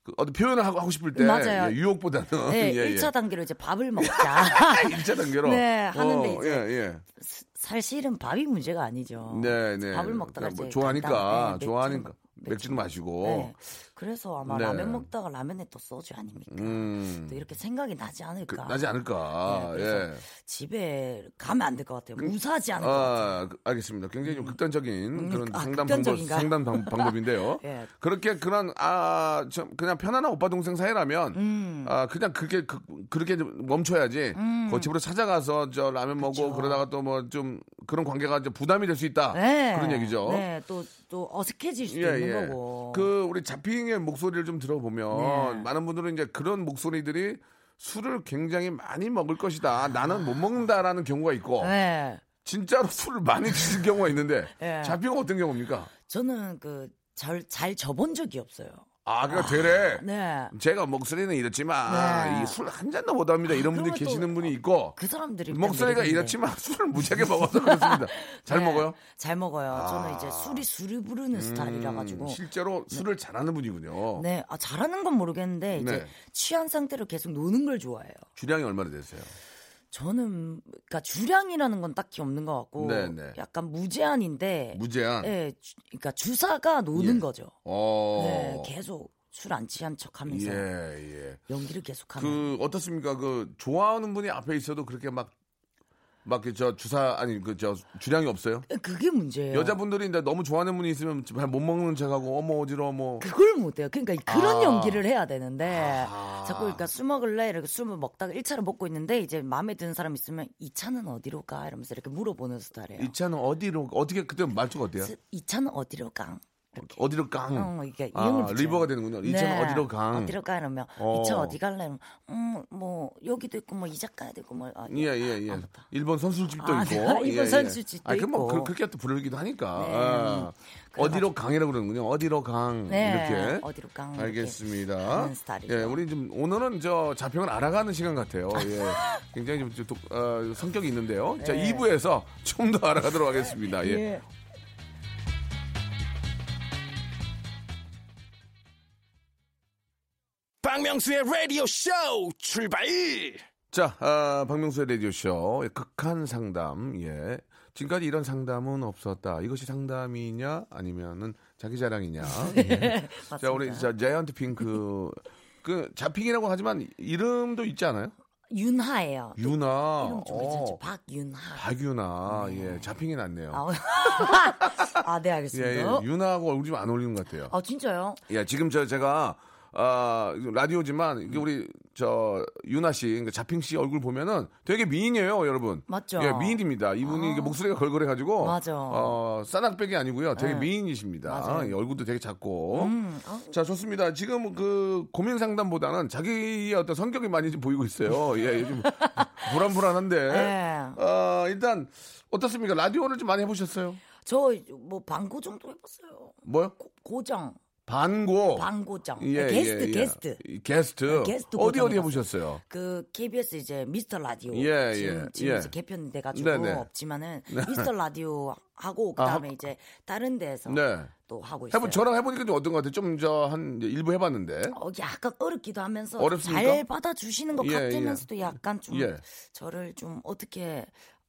[SPEAKER 1] 그 어떤 표현을 하고, 하고 싶을 때
[SPEAKER 6] 맞아요.
[SPEAKER 1] 예, 유혹보다는
[SPEAKER 6] 네,
[SPEAKER 1] 예, 예.
[SPEAKER 6] 1차 단계로 이제 밥을 먹자.
[SPEAKER 1] 1차 단계로
[SPEAKER 6] 네, 하는데
[SPEAKER 1] 어,
[SPEAKER 6] 이제
[SPEAKER 1] 예, 예.
[SPEAKER 6] 사실은 밥이 문제가 아니죠.
[SPEAKER 1] 네, 네.
[SPEAKER 6] 밥을 먹다가
[SPEAKER 1] 그러니까 뭐
[SPEAKER 6] 이제
[SPEAKER 1] 좋아하니까
[SPEAKER 6] 간단하게
[SPEAKER 1] 좋아하니까
[SPEAKER 6] 맥주-
[SPEAKER 1] 맥주도 마시고.
[SPEAKER 6] 네. 그래서 아마
[SPEAKER 1] 네.
[SPEAKER 6] 라면 먹다가 라면에 또 소주 아닙니까?
[SPEAKER 1] 음. 그,
[SPEAKER 6] 또 이렇게 생각이 나지 않을까.
[SPEAKER 1] 나지 않을까.
[SPEAKER 6] 그러니까. 네,
[SPEAKER 1] 예.
[SPEAKER 6] 그래서 집에 가면 안 될 것 같아요. 무사하지 않을 것
[SPEAKER 1] 그,
[SPEAKER 6] 같아요.
[SPEAKER 1] 아, 그- 알겠습니다. 굉장히 좀 극단적인 그런
[SPEAKER 6] 아,
[SPEAKER 1] 상담 방법,
[SPEAKER 6] 극단적인가요?
[SPEAKER 1] 상담 방, 법인데요
[SPEAKER 6] 예.
[SPEAKER 1] 그렇게 그런 아, 참 그냥 편안한 오빠 동생 사이라면
[SPEAKER 6] 음.
[SPEAKER 1] 아, 그냥 그렇게 그, 그렇게 좀 멈춰야지. 그 집으로 찾아가서 저 라면 먹고 그러다가 또 뭐 좀 그런 관계가 이제 부담이 될 수 있다.
[SPEAKER 6] 네.
[SPEAKER 1] 그런 얘기죠. 예,
[SPEAKER 6] 네, 또, 또 어색해질 수도 있는 거고.
[SPEAKER 1] 그 우리 자핑의 목소리를 좀 들어보면
[SPEAKER 6] 네.
[SPEAKER 1] 많은 분들은 이제 그런 목소리들이 술을 굉장히 많이 먹을 것이다. 나는 못 먹는다라는 경우가 있고
[SPEAKER 6] 네.
[SPEAKER 1] 진짜로 술을 많이 드시는 경우가 있는데
[SPEAKER 6] 네.
[SPEAKER 1] 자핑은 어떤 경우입니까?
[SPEAKER 6] 저는 그, 잘, 잘 접은 적이 없어요.
[SPEAKER 1] 아, 그러니까 되래.
[SPEAKER 6] 네.
[SPEAKER 1] 제가 목소리는 이렇지만
[SPEAKER 6] 네. 아,
[SPEAKER 1] 이 술 한 잔도 못 합니다. 이런 분들
[SPEAKER 6] 그러면 또
[SPEAKER 1] 계시는 분이 있고
[SPEAKER 6] 그 사람들이. 일단
[SPEAKER 1] 목소리가
[SPEAKER 6] 매력인데.
[SPEAKER 1] 이렇지만 술을 무지하게 먹어서 그렇습니다. 잘
[SPEAKER 6] 네,
[SPEAKER 1] 먹어요? 아. 음,
[SPEAKER 6] 잘 먹어요. 저는 이제 술이 술을 부르는 스타일이라 가지고.
[SPEAKER 1] 실제로 술을 잘하는 분이군요.
[SPEAKER 6] 네, 아, 잘하는 건 모르겠는데 이제
[SPEAKER 1] 네.
[SPEAKER 6] 취한 상태로 계속 노는 걸 좋아해요.
[SPEAKER 1] 주량이 얼마나 되세요?
[SPEAKER 6] 저는 그러니까 주량이라는 건 딱히 없는 것 같고
[SPEAKER 1] 네, 네.
[SPEAKER 6] 약간 무제한인데
[SPEAKER 1] 무제한.
[SPEAKER 6] 예, 주- 그러니까 주사가 노는
[SPEAKER 1] 예.
[SPEAKER 6] 거죠.
[SPEAKER 1] 어.
[SPEAKER 6] 네, 계속 술 안 취한 척하면서
[SPEAKER 1] 예, 예.
[SPEAKER 6] 연기를 계속하는.
[SPEAKER 1] 그 어떻습니까? 그 좋아하는 분이 앞에 있어도 그렇게 막막저 주사 아니 그 저 주량이 없어요?
[SPEAKER 6] 그... 게 문제예요.
[SPEAKER 1] 여자분들이 이제 너무 좋아하는 분이 있으면 잘 못 먹는 척하고 어머 어지러워 뭐
[SPEAKER 6] 그걸 못해요. 그러니까 그런
[SPEAKER 1] 아.
[SPEAKER 6] 연기를 해야 되는데 자꾸 그러니까 술 먹을래 이렇게 술을 먹다가 1차를 먹고 있는데 이제 마음에 드는 사람 있으면 2차는 어디로 가 이러면서 이렇게 물어보는 스타일이에요.
[SPEAKER 1] 이 차는 어디로 어떻게 그때 말투가 어때요?
[SPEAKER 6] 2차는 어디로 가? 이렇게.
[SPEAKER 1] 어디로 강?
[SPEAKER 6] 어, 이게
[SPEAKER 1] 아,
[SPEAKER 6] 이름을 붙여요. 네.
[SPEAKER 1] 리버가 되는군요. 이 차는 어디로 강?
[SPEAKER 6] 어디로 가 이러면
[SPEAKER 1] 어.
[SPEAKER 6] 이 차 어디 갈래? 이러면 음, 뭐 여기도 있고 뭐 이 작가도 있고 뭐 아,
[SPEAKER 1] 예, 예, 예.
[SPEAKER 6] 아, 맞다.
[SPEAKER 1] 일본 선술집도
[SPEAKER 6] 아,
[SPEAKER 1] 있고.
[SPEAKER 6] 일본
[SPEAKER 1] 예, 예.
[SPEAKER 6] 선술집도
[SPEAKER 1] 아, 그럼 뭐,
[SPEAKER 6] 있고.
[SPEAKER 1] 그, 그렇게 또 부르기도 하니까.
[SPEAKER 6] 네.
[SPEAKER 1] 아, 어디로 강이라고 그러는군요. 어디로 강.
[SPEAKER 6] 네,
[SPEAKER 1] 음, 이렇게.
[SPEAKER 6] 어디로 강, 이렇게
[SPEAKER 1] 알겠습니다.
[SPEAKER 6] 하는 스타일이죠.
[SPEAKER 1] 예, 우리 좀, 오늘은 저 자평을 알아가는 시간 같아요. 예. 굉장히 좀, 독- 어, 성격이 있는데요. 자, 2부에서 좀 더 알아가도록 하겠습니다. 예.
[SPEAKER 6] 네. 예.
[SPEAKER 2] 박명수의 라디오 쇼 출발!
[SPEAKER 1] 자, 아, 박명수의 라디오쇼. 예, 극한 상담. 예. 지금까지 이런 상담은 없었다. 이것이 상담이냐, 아니면은 자기 자랑이냐.
[SPEAKER 6] 네,
[SPEAKER 1] 예. 자, 우리 자, 자이언트 핑크. 그, 자핑이라고 하지만 이름도 있지 않아요?
[SPEAKER 6] 윤하예요.
[SPEAKER 1] 유나.
[SPEAKER 6] 그 이름 좀 괜찮지?
[SPEAKER 1] 어,
[SPEAKER 6] 박윤하.
[SPEAKER 1] 박유나. 예, 자핑이 낫네요.
[SPEAKER 6] 아, 아, 네,
[SPEAKER 1] 예,
[SPEAKER 6] 알겠습니다.
[SPEAKER 1] 예. 유나하고 얼굴 좀 안 어울리는 것 같아요.
[SPEAKER 6] 아, 진짜요?
[SPEAKER 1] 예, 지금 저 제가 아 라디오지만
[SPEAKER 6] 음.
[SPEAKER 1] 이게 우리 저 유나 씨, 그러니까 자핑 씨 얼굴 보면은 되게 미인이에요, 여러분.
[SPEAKER 6] 맞죠. 아.
[SPEAKER 1] 예, 미인입니다. 이분이 이게 목소리가 걸걸해가지고,
[SPEAKER 6] 맞아.
[SPEAKER 1] 어 싸낙백이 아니고요, 되게
[SPEAKER 6] 네.
[SPEAKER 1] 미인이십니다.
[SPEAKER 6] 맞아요.
[SPEAKER 1] 예, 얼굴도 되게 작고.
[SPEAKER 6] 음, 어,
[SPEAKER 1] 자, 좋습니다. 지금 그 고민 상담보다는 자기의 어떤 성격이 많이 좀 보이고 있어요. 예, 요즘 불안불안한데.
[SPEAKER 6] 네.
[SPEAKER 1] 어 일단 어떻습니까? 라디오를 좀 많이 해보셨어요?
[SPEAKER 6] 저뭐 반고 정도 해봤어요.
[SPEAKER 1] 뭐요?
[SPEAKER 6] 고, 고정,
[SPEAKER 1] 반고.
[SPEAKER 6] 반고정.
[SPEAKER 1] 예,
[SPEAKER 6] 게스트,
[SPEAKER 1] 예, 예.
[SPEAKER 6] 게스트.
[SPEAKER 1] 이 게스트.
[SPEAKER 6] 네, 게스트
[SPEAKER 1] 어디
[SPEAKER 6] 고정해
[SPEAKER 1] 어디 해보셨어요?
[SPEAKER 6] 그 KBS 이제 미스터 라디오
[SPEAKER 1] 예,
[SPEAKER 6] 지금,
[SPEAKER 1] 예,
[SPEAKER 6] 지금
[SPEAKER 1] 예.
[SPEAKER 6] 이제 개편돼가지고
[SPEAKER 1] 네, 네.
[SPEAKER 6] 없지만은 미스터 라디오 하고 그다음에 이제 다른 데서
[SPEAKER 1] 네.
[SPEAKER 6] 또 하고 있어요.
[SPEAKER 1] 해보 저랑 해보니까 좀 어떤 것 같아요? 좀 저 한 일부 해봤는데.
[SPEAKER 6] 어, 약간 어렵기도 하면서
[SPEAKER 1] 어렵습니까?
[SPEAKER 6] 잘 받아주시는 것
[SPEAKER 1] 예,
[SPEAKER 6] 같으면서도 약간 좀
[SPEAKER 1] 예.
[SPEAKER 6] 저를 좀 어떻게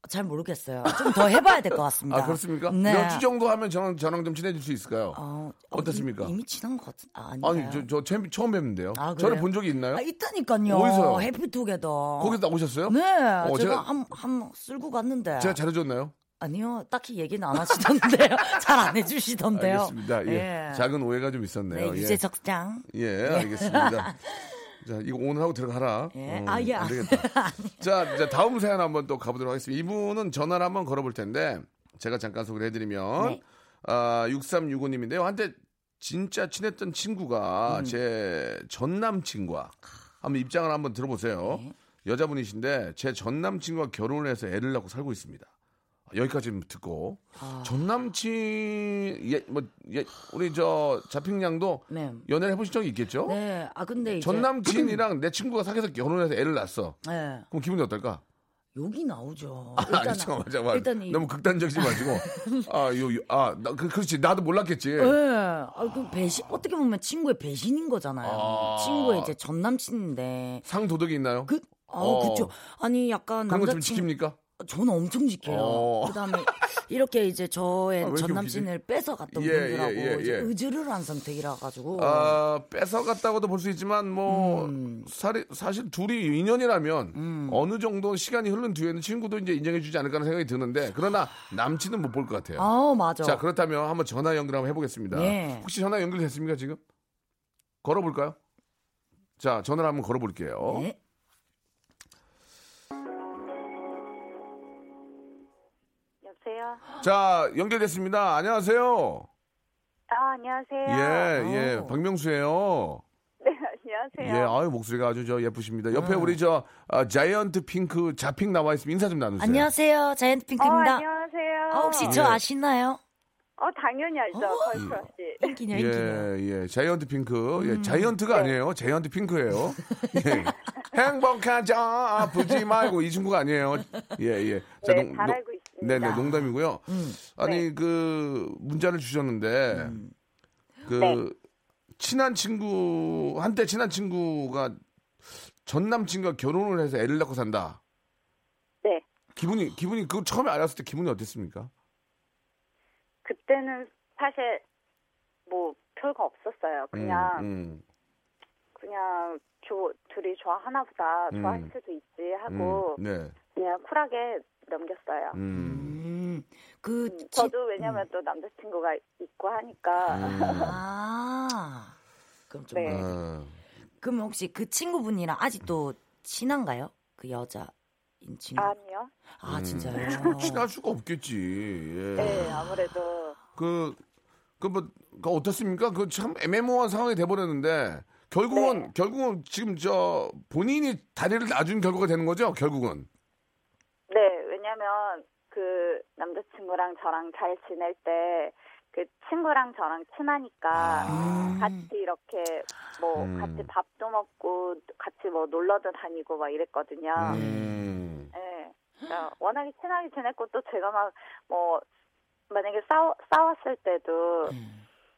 [SPEAKER 6] 잘 모르겠어요. 좀 더 해봐야 될 것 같습니다.
[SPEAKER 1] 아 그렇습니까?
[SPEAKER 6] 네.
[SPEAKER 1] 몇 주 정도 하면 저랑 저랑 좀 친해질 수 있을까요?
[SPEAKER 6] 어, 어,
[SPEAKER 1] 어떻습니까?
[SPEAKER 6] 이- 이미 친한 것 같은 아, 아닌가요?
[SPEAKER 1] 아니 저, 저 처음, 처음 뵙는데요.
[SPEAKER 6] 아, 그래요?
[SPEAKER 1] 저를 본 적이 있나요?
[SPEAKER 6] 아, 있다니까요.
[SPEAKER 1] 어디서요?
[SPEAKER 6] 해피투게더.
[SPEAKER 1] 거기서 나오셨어요?
[SPEAKER 6] 네,
[SPEAKER 1] 어,
[SPEAKER 6] 제가
[SPEAKER 1] 제가
[SPEAKER 6] 한, 한 쓸고 갔는데.
[SPEAKER 1] 제가 잘해줬나요?
[SPEAKER 6] 아니요, 딱히 얘기는 안 하시던데요. 잘 안 해주시던데요.
[SPEAKER 1] 알겠습니다. 예.
[SPEAKER 6] 예.
[SPEAKER 1] 작은 오해가 좀
[SPEAKER 6] 네,
[SPEAKER 1] 있었네요.
[SPEAKER 6] 유재 적장.
[SPEAKER 1] 예. 예, 알겠습니다. 자, 이거 오늘 하고 들어가라.
[SPEAKER 6] 네. 예.
[SPEAKER 1] 어,
[SPEAKER 6] 아, 예.
[SPEAKER 1] 안 되겠다. 자, 이제 다음 사연 한번 또 가보도록 하겠습니다. 이분은 전화를 한번 걸어볼 텐데, 제가 잠깐 소개를 해드리면,
[SPEAKER 6] 네.
[SPEAKER 1] 아, 6365님인데요. 한때 진짜 친했던
[SPEAKER 6] 음.
[SPEAKER 1] 친구가 제 전남친과 한번 입장을 한번 들어보세요.
[SPEAKER 6] 네.
[SPEAKER 1] 여자분이신데, 제 전남친과 결혼을 해서 애를 낳고 살고 있습니다. 여기까지 좀 듣고
[SPEAKER 6] 아.
[SPEAKER 1] 전남친 예, 뭐 예, 우리 저 자핑양도
[SPEAKER 6] 네.
[SPEAKER 1] 연애를 해보신 적이 있겠죠?
[SPEAKER 6] 네, 아 근데 이제
[SPEAKER 1] 전남친이랑 내 친구가 사귀어서 결혼해서 애를 낳았어.
[SPEAKER 6] 예,
[SPEAKER 1] 그럼 기분이 어떨까?
[SPEAKER 6] 여기 나오죠.
[SPEAKER 1] 아니, 잠깐만, 잠깐만.
[SPEAKER 6] 일단 이,
[SPEAKER 1] 너무 극단적이지 마시고. 아, 요, 요- 아, 나, 그, 그렇지. 나도 몰랐겠지.
[SPEAKER 6] 예, 아, 그 배신 어떻게 보면 친구의 배신인 거잖아요.
[SPEAKER 1] 아.
[SPEAKER 6] 친구의 이제 전 남친인데
[SPEAKER 1] 상도덕이 있나요?
[SPEAKER 6] 그, 아,
[SPEAKER 1] 어.
[SPEAKER 6] 그쵸. 아니, 약간
[SPEAKER 1] 그런 거 좀
[SPEAKER 6] 남자친구.
[SPEAKER 1] 지킵니까?
[SPEAKER 6] 저는 엄청 지켜요.
[SPEAKER 1] 어.
[SPEAKER 6] 그 다음에 이렇게 이제 저의
[SPEAKER 1] 아, 왜 이렇게
[SPEAKER 6] 전남친을 뺏어갔던
[SPEAKER 1] 예,
[SPEAKER 6] 분들하고
[SPEAKER 1] 예, 예,
[SPEAKER 6] 이제
[SPEAKER 1] 예.
[SPEAKER 6] 의지를 한 선택이라가지고.
[SPEAKER 1] 아, 뺏어갔다고도 볼 수 있지만, 뭐,
[SPEAKER 6] 음.
[SPEAKER 1] 사리, 사실 둘이 인연이라면, 어느 정도 시간이 흐른 뒤에는 친구도 이제 인정해주지 않을까 하는 생각이 드는데, 그러나 남친은 못 볼 것 같아요.
[SPEAKER 6] 아, 맞아.
[SPEAKER 1] 자, 그렇다면 한번 전화 연결 한번 해보겠습니다.
[SPEAKER 6] 예.
[SPEAKER 1] 혹시 전화 연결됐습니까, 지금? 걸어볼까요? 자, 전화를 한번 걸어볼게요.
[SPEAKER 6] 네.
[SPEAKER 7] 여보세요?
[SPEAKER 1] 자, 연결됐습니다. 안녕하세요.
[SPEAKER 7] 아, 안녕하세요.
[SPEAKER 1] 예, 예. 박명수예요 예,
[SPEAKER 7] 네, 안녕하세요.
[SPEAKER 1] 아유, 목소리가 아주 저 예쁘십니다. 옆에 우리 저 아, 자이언트 핑크 자핑 나와 있으면 인사 좀 나누세요.
[SPEAKER 6] 안녕하세요. 자이언트
[SPEAKER 7] 어,
[SPEAKER 6] 핑크입니다.
[SPEAKER 7] 안녕하세요.
[SPEAKER 6] 아, 혹시 저
[SPEAKER 1] 예.
[SPEAKER 6] 아시나요?
[SPEAKER 7] 어, 당연히 알죠. 걸프러 씨.
[SPEAKER 6] 인기녀, 인기녀.
[SPEAKER 1] 예, 예. 자이언트 핑크.
[SPEAKER 6] 음.
[SPEAKER 1] 예,
[SPEAKER 7] 네.
[SPEAKER 1] 자이언트가 아니에요. 자이언트 핑크예요. 예. 행복하죠. 아프지 말고 이 친구가 아니에요. 예, 예.
[SPEAKER 7] 네, 잘 알고 있습니다. 음.
[SPEAKER 1] 네,
[SPEAKER 7] 네.
[SPEAKER 1] 네, 농담이고요. 아니 그 문자를 주셨는데 그
[SPEAKER 7] 네.
[SPEAKER 1] 친한 친구 한때 친한 친구가 전 남친과 결혼을 해서 애를 낳고 산다.
[SPEAKER 7] 네.
[SPEAKER 1] 기분이 기분이 그거 처음에 알았을 때 기분이 어땠습니까?
[SPEAKER 7] 그때는 사실 뭐 별거 없었어요. 그냥
[SPEAKER 1] 음,
[SPEAKER 7] 그냥 조, 둘이 좋아하나 보다.
[SPEAKER 1] 음.
[SPEAKER 7] 좋아할 수도 있지
[SPEAKER 1] 음,
[SPEAKER 7] 하고
[SPEAKER 1] 음, 네.
[SPEAKER 7] 그냥 쿨하게 넘겼어요.
[SPEAKER 1] 음.
[SPEAKER 6] 음, 그,
[SPEAKER 7] 음,
[SPEAKER 6] 집-
[SPEAKER 7] 저도 왜냐면 또 남자친구가 있고 하니까
[SPEAKER 1] 음.
[SPEAKER 6] 아. 그럼 좀.
[SPEAKER 7] 네.
[SPEAKER 1] 아,
[SPEAKER 6] 그럼 혹시 그 친구분이랑 아직도 친한가요? 그 여자인 친구. 아,
[SPEAKER 7] 아니요.
[SPEAKER 6] 진짜요?
[SPEAKER 1] 음. 친할 수가 없겠지. 예.
[SPEAKER 7] 네, 아무래도
[SPEAKER 1] 그, 그, 뭐, 그 어떻습니까? 그 참 애매모호한 상황이 돼버렸는데, 결국은,
[SPEAKER 7] 네.
[SPEAKER 1] 결국은 지금 저, 본인이 다리를 놔준 결과가 되는 거죠? 결국은.
[SPEAKER 7] 네, 왜냐면 그 남자친구랑 저랑 잘 지낼 때 그 친구랑 저랑 친하니까 같이 이렇게 뭐
[SPEAKER 1] 음.
[SPEAKER 7] 같이 밥도 먹고 같이 뭐 놀러도 다니고 막 이랬거든요.
[SPEAKER 1] 음.
[SPEAKER 7] 네. 그러니까 워낙에 친하게 지냈고 또 제가 막 뭐 만약에 싸워, 싸웠을 때도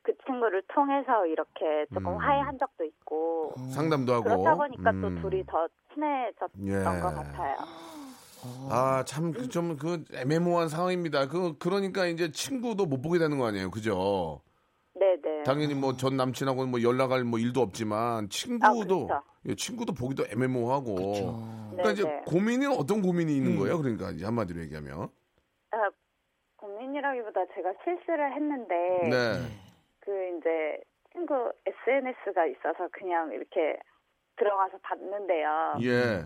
[SPEAKER 7] 그 친구를 통해서 이렇게 조금
[SPEAKER 1] 음.
[SPEAKER 7] 화해한 적도 있고
[SPEAKER 1] 상담도 하고.
[SPEAKER 7] 그렇다 보니까
[SPEAKER 1] 음.
[SPEAKER 7] 또 둘이 더 친해졌던
[SPEAKER 1] 예.
[SPEAKER 7] 것 같아요.
[SPEAKER 1] 아, 참, 그 좀, 그, 애매모호한 상황입니다. 그, 그러니까 이제 친구도 못 보게 되는 거 아니에요? 그죠?
[SPEAKER 7] 네네. 아,
[SPEAKER 1] 당연히 뭐 전 남친하고는 뭐 연락할 뭐 일도 없지만, 친구도,
[SPEAKER 7] 그렇죠.
[SPEAKER 1] 예, 친구도 보기도 애매모호하고.
[SPEAKER 6] 그쵸.
[SPEAKER 1] 그러니까 이제
[SPEAKER 7] 네네.
[SPEAKER 1] 고민이 어떤 고민이 있는 거예요? 그러니까 이제 한마디로 얘기하면.
[SPEAKER 7] 아, 고민이라기보다 제가 실수를 했는데
[SPEAKER 1] 네.
[SPEAKER 7] 그 이제 친구 SNS가 있어서 그냥 이렇게 들어가서 봤는데요.
[SPEAKER 1] 예.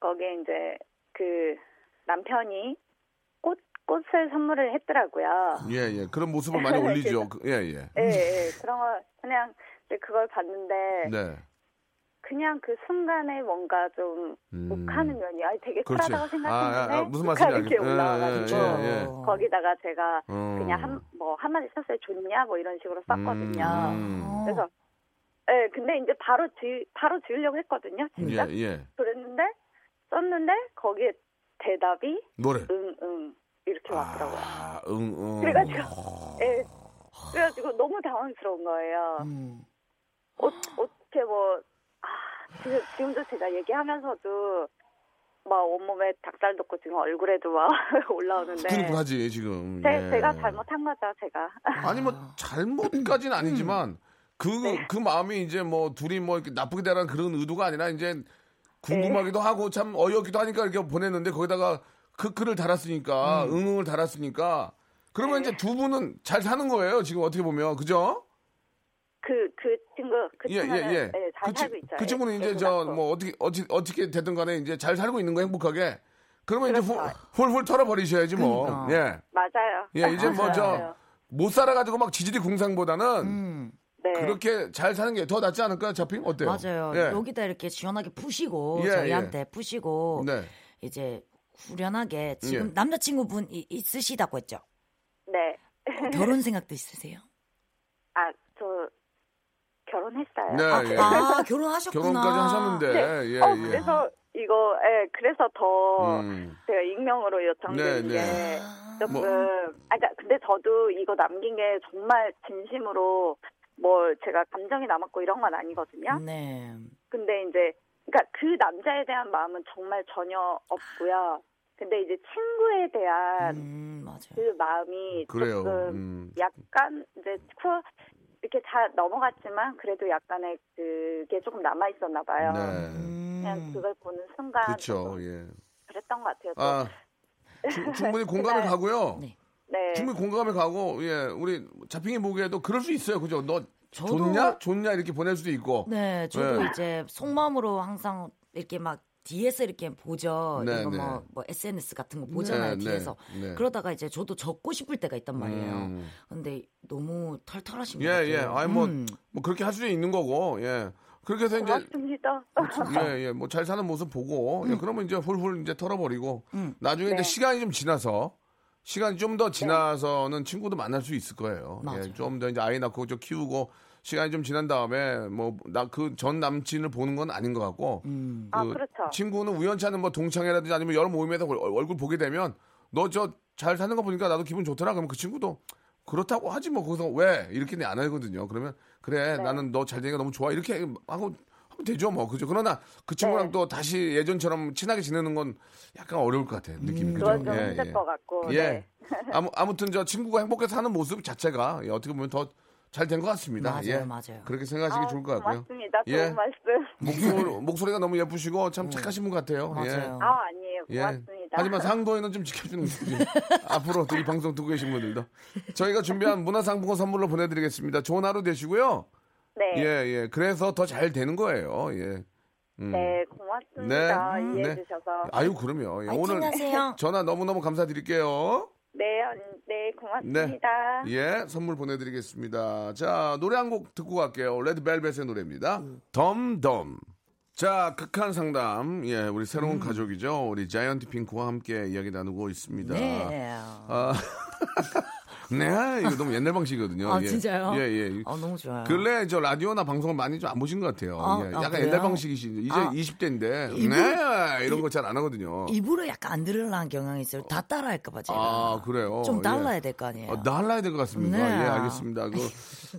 [SPEAKER 7] 거기에 이제 그 남편이 꽃 꽃을 선물을 했더라고요.
[SPEAKER 1] 예, 예. 그런 모습을 많이 올리죠. 그- 예, 예.
[SPEAKER 7] 예, 예. 그런 걸 그냥 근데 그걸 봤는데
[SPEAKER 1] 네.
[SPEAKER 7] 그냥 그 순간에 뭔가 좀
[SPEAKER 1] 음.
[SPEAKER 7] 욱하는 면이 아니 되게
[SPEAKER 1] 그렇지.
[SPEAKER 7] 쿨하다고 생각했는데
[SPEAKER 1] 아, 아, 아, 무슨 말씀인지
[SPEAKER 7] 욱하는 게
[SPEAKER 1] 알겠- 예,
[SPEAKER 7] 올라와가지고
[SPEAKER 1] 예, 예.
[SPEAKER 7] 거기다가 제가
[SPEAKER 1] 어.
[SPEAKER 7] 그냥 한, 뭐 한마디 썼어요. 좋냐? 뭐 이런 식으로 썼거든요.
[SPEAKER 6] 아. 어.
[SPEAKER 1] 음.
[SPEAKER 7] 그래서 예, 근데 이제 바로 지 바로 지으려고 했거든요.
[SPEAKER 1] 예,
[SPEAKER 7] 진짜.
[SPEAKER 1] 예.
[SPEAKER 7] 그랬는데 썼는데 거기에 대답이
[SPEAKER 1] 뭐래?
[SPEAKER 7] 응응 이렇게 왔더라고요.
[SPEAKER 1] 아, 응, 어, 응.
[SPEAKER 7] 음. 그래가지고 예. 그래가지고 너무 당황스러운 거예요.
[SPEAKER 1] 음.
[SPEAKER 7] 어, 어떻게 뭐 아, 지금 지금도 제가 얘기하면서도 막 온몸에 닭살 돋고 지금 얼굴에도 막 올라오는데
[SPEAKER 1] 부글부글하지 지금.
[SPEAKER 7] 네. 제,
[SPEAKER 1] 예.
[SPEAKER 7] 제가 잘못한 음. 거죠, 제가.
[SPEAKER 1] 아니 뭐 잘못까지는 아니지만 그 그
[SPEAKER 7] 네.
[SPEAKER 1] 마음이 이제 뭐 둘이 뭐 이렇게 나쁘게 되라는
[SPEAKER 7] 네.
[SPEAKER 1] 그런 의도가 아니라 이제 궁금하기도 하고 참 어이없기도 하니까 이렇게 보냈는데 거기다가 그 글을 달았으니까
[SPEAKER 7] 음.
[SPEAKER 1] 응응을 달았으니까
[SPEAKER 7] 네.
[SPEAKER 1] 그러면 이제 두 분은 잘 사는 거예요. 지금 어떻게 보면 그죠?
[SPEAKER 7] 그, 그 친구, 그
[SPEAKER 1] 예,
[SPEAKER 7] 친구는
[SPEAKER 1] 예, 예.
[SPEAKER 7] 네, 잘
[SPEAKER 1] 그, 친-
[SPEAKER 7] 살고 있죠.
[SPEAKER 1] 그
[SPEAKER 7] 예,
[SPEAKER 1] 친구는 이제
[SPEAKER 7] 애도
[SPEAKER 1] 저
[SPEAKER 7] 낳고.
[SPEAKER 1] 뭐 어떻게 어찌, 어떻게 되든 간에 이제 잘 살고 있는 거 행복하게. 그러면 이제
[SPEAKER 7] 그렇죠.
[SPEAKER 1] 훌- 훌훌 털어버리셔야지 뭐.
[SPEAKER 6] 그러니까.
[SPEAKER 7] 맞아요.
[SPEAKER 1] 예. 예, 이제 뭐 저
[SPEAKER 7] 맞아요.
[SPEAKER 1] 못 살아가지고 막 지질이 궁상보다는
[SPEAKER 6] 음,
[SPEAKER 7] 네.
[SPEAKER 1] 그렇게 잘 사는 게 더 낫지 않을까요, 잡핑? 어때요?
[SPEAKER 6] 맞아요.
[SPEAKER 1] 예.
[SPEAKER 6] 여기다 뭐 이렇게 시원하게 푸시고
[SPEAKER 1] 예,
[SPEAKER 6] 저희한테 푸시고
[SPEAKER 1] 네.
[SPEAKER 6] 이제 후련하게 지금
[SPEAKER 1] 예.
[SPEAKER 6] 남자친구분 이- 있으시다고 했죠.
[SPEAKER 7] 네.
[SPEAKER 6] 결혼 생각도 있으세요?
[SPEAKER 7] 아, 저 결혼했어요.
[SPEAKER 1] 네.
[SPEAKER 6] 아,
[SPEAKER 1] 예.
[SPEAKER 6] 아, 결혼하셨구나.
[SPEAKER 1] 결혼까지 하셨는데. 예, 예.
[SPEAKER 7] 어, 그래서 이거, 예, 그래서 더
[SPEAKER 1] 음.
[SPEAKER 7] 제가 익명으로 요청드린
[SPEAKER 1] 네,
[SPEAKER 7] 게
[SPEAKER 1] 네.
[SPEAKER 7] 조금,
[SPEAKER 1] 뭐.
[SPEAKER 7] 아, 그러니까 근데 저도 이거 남긴 게 정말 진심으로 뭐 제가 감정이 남았고 이런 건 아니거든요.
[SPEAKER 1] 음.
[SPEAKER 6] 네.
[SPEAKER 7] 근데 이제 그러니까 그 남자에 대한 마음은 정말 전혀 없고요. 근데 이제 친구에 대한
[SPEAKER 6] 음, 맞아요.
[SPEAKER 7] 그 마음이
[SPEAKER 1] 그래요.
[SPEAKER 7] 조금
[SPEAKER 1] 음.
[SPEAKER 7] 약간 이제 쿠어 이렇게 다 넘어갔지만 그래도 약간의 그게 조금 남아 있었나 봐요.
[SPEAKER 1] 네.
[SPEAKER 7] 그냥
[SPEAKER 6] 음.
[SPEAKER 7] 그걸 보는 순간
[SPEAKER 1] 그렇죠.
[SPEAKER 7] 조금
[SPEAKER 1] 예.
[SPEAKER 7] 그랬던 것 같아요.
[SPEAKER 1] 아 추- 충분히 공감이
[SPEAKER 7] 네.
[SPEAKER 1] 가고요.
[SPEAKER 6] 네.
[SPEAKER 7] 네.
[SPEAKER 1] 충분히 공감이 가고 예 우리 잡핑이 보기에도 그럴 수 있어요. 그죠? 너
[SPEAKER 6] 저도-
[SPEAKER 1] 좋냐? 좋냐 이렇게 보낼 수도 있고.
[SPEAKER 6] 네, 저도
[SPEAKER 1] 네.
[SPEAKER 6] 이제 속마음으로 항상 이렇게 막 뒤에서 이렇게 보죠.
[SPEAKER 1] 네,
[SPEAKER 6] 이거
[SPEAKER 1] 네.
[SPEAKER 6] 뭐, 뭐 SNS 같은 거 보잖아요,
[SPEAKER 1] 네, 네,
[SPEAKER 6] 뒤에서.
[SPEAKER 1] 네.
[SPEAKER 6] 그러다가 이제 저도 적고 싶을 때가 있단 말이에요.
[SPEAKER 1] 음.
[SPEAKER 6] 근데 너무 털털하신 것
[SPEAKER 1] 예,
[SPEAKER 6] 같아요.
[SPEAKER 1] 예. 아니 뭐,
[SPEAKER 6] 음.
[SPEAKER 1] 뭐 그렇게 할 수도 있는 거고. 예. 그렇게 해서 이제
[SPEAKER 6] 뭐
[SPEAKER 7] 고맙습니다.
[SPEAKER 1] 예, 예. 뭐 잘 사는 모습 보고. 예, 그러면 이제 훌훌 이제 털어버리고.
[SPEAKER 6] 음. 네.
[SPEAKER 1] 나중에 이제
[SPEAKER 7] 네.
[SPEAKER 1] 시간이 좀 지나서 시간이 좀 더 지나서는 친구도 만날 수 있을 거예요. 예,
[SPEAKER 6] 맞아요.
[SPEAKER 1] 좀 더 이제 아이 낳고 좀 키우고 시간이 좀 지난 다음에 뭐 나 그 전 남친을 보는 건 아닌 것 같고.
[SPEAKER 6] 음.
[SPEAKER 7] 아, 그렇죠.
[SPEAKER 1] 친구는 우연치 않은 뭐 동창회라든지 아니면 여러 모임에서 얼- 얼굴 보게 되면 너 저 잘 사는 거 보니까 나도 기분 좋더라. 그러면 그 친구도 그렇다고 하지 뭐 거기서 왜 이렇게는 안 하거든요. 그러면 그래
[SPEAKER 7] 네.
[SPEAKER 1] 나는 너 잘 되니까 너무 좋아 이렇게 하고 하면 되죠 뭐 그죠. 그러나 그 친구랑
[SPEAKER 7] 네.
[SPEAKER 1] 또 다시 예전처럼 친하게 지내는 건 약간 어려울 것 같아요. 느낌이 그죠.
[SPEAKER 7] 음, 그건 좀 힘들 것 같고.
[SPEAKER 1] 예.
[SPEAKER 7] 네.
[SPEAKER 1] 아무 아무튼 저 친구가 행복해 서 사는 모습 자체가 예, 어떻게 보면 더 잘 된 것 같습니다.
[SPEAKER 6] 맞아요,
[SPEAKER 1] 예.
[SPEAKER 6] 맞아요.
[SPEAKER 1] 그렇게 생각하시기
[SPEAKER 7] 아,
[SPEAKER 1] 좋을 것 같고요.
[SPEAKER 7] 고맙습니다. 좋은
[SPEAKER 1] 예.
[SPEAKER 7] 말씀.
[SPEAKER 1] 목소리, 목소리가 너무 예쁘시고 참 착하신 분 같아요.
[SPEAKER 6] 네. 맞아요.
[SPEAKER 1] 예.
[SPEAKER 7] 아, 아니에요.
[SPEAKER 1] 예.
[SPEAKER 7] 고맙습니다.
[SPEAKER 1] 하지만 상도에는 좀 지켜주는 분이 앞으로 이 방송 듣고 계신 분들도 저희가 준비한 문화상품권 선물로 보내드리겠습니다. 좋은 하루 되시고요.
[SPEAKER 7] 네.
[SPEAKER 1] 예, 예. 그래서 더 잘 되는 거예요. 예. 음.
[SPEAKER 7] 네, 고맙습니다.
[SPEAKER 1] 네.
[SPEAKER 7] 이해해
[SPEAKER 1] 네.
[SPEAKER 7] 주셔서.
[SPEAKER 1] 아유, 그럼요. 예,
[SPEAKER 6] 오늘
[SPEAKER 1] 오늘
[SPEAKER 6] 하세요.
[SPEAKER 1] 전화 너무너무 감사드릴게요.
[SPEAKER 7] 네, 언- 네, 고맙습니다.
[SPEAKER 1] 예, 선물 보내드리겠습니다. 자, 노래 한 곡 듣고 갈게요. 레드벨벳의 노래입니다. 덤덤. 자, 극한 상담. 예, 우리 새로운
[SPEAKER 6] 음.
[SPEAKER 1] 가족이죠. 우리 자이언티 핑크와 함께 이야기 나누고 있습니다.
[SPEAKER 6] 네.
[SPEAKER 1] 아, 네, 이거 너무 옛날 방식이거든요.
[SPEAKER 6] 아,
[SPEAKER 1] 예.
[SPEAKER 6] 진짜요?
[SPEAKER 1] 예, 예.
[SPEAKER 6] 아, 너무 좋아요.
[SPEAKER 1] 근래 저 라디오나 방송을 많이 좀 안 보신 것 같아요.
[SPEAKER 6] 아,
[SPEAKER 1] 예,
[SPEAKER 6] 아,
[SPEAKER 1] 약간
[SPEAKER 6] 그래요?
[SPEAKER 1] 옛날 방식이신데 이제
[SPEAKER 6] 아.
[SPEAKER 1] 20대인데
[SPEAKER 6] 이분-
[SPEAKER 1] 네 이런 거 잘 안 하거든요.
[SPEAKER 6] 입으로 약간 안 들으려는 경향이 있어요. 다 따라할까봐 제가.
[SPEAKER 1] 아 그래요.
[SPEAKER 6] 좀
[SPEAKER 1] 예.
[SPEAKER 6] 달라야 될 거 아니에요.
[SPEAKER 1] 어, 날라야 될 것 같습니다.
[SPEAKER 6] 네.
[SPEAKER 1] 예, 알겠습니다. 그,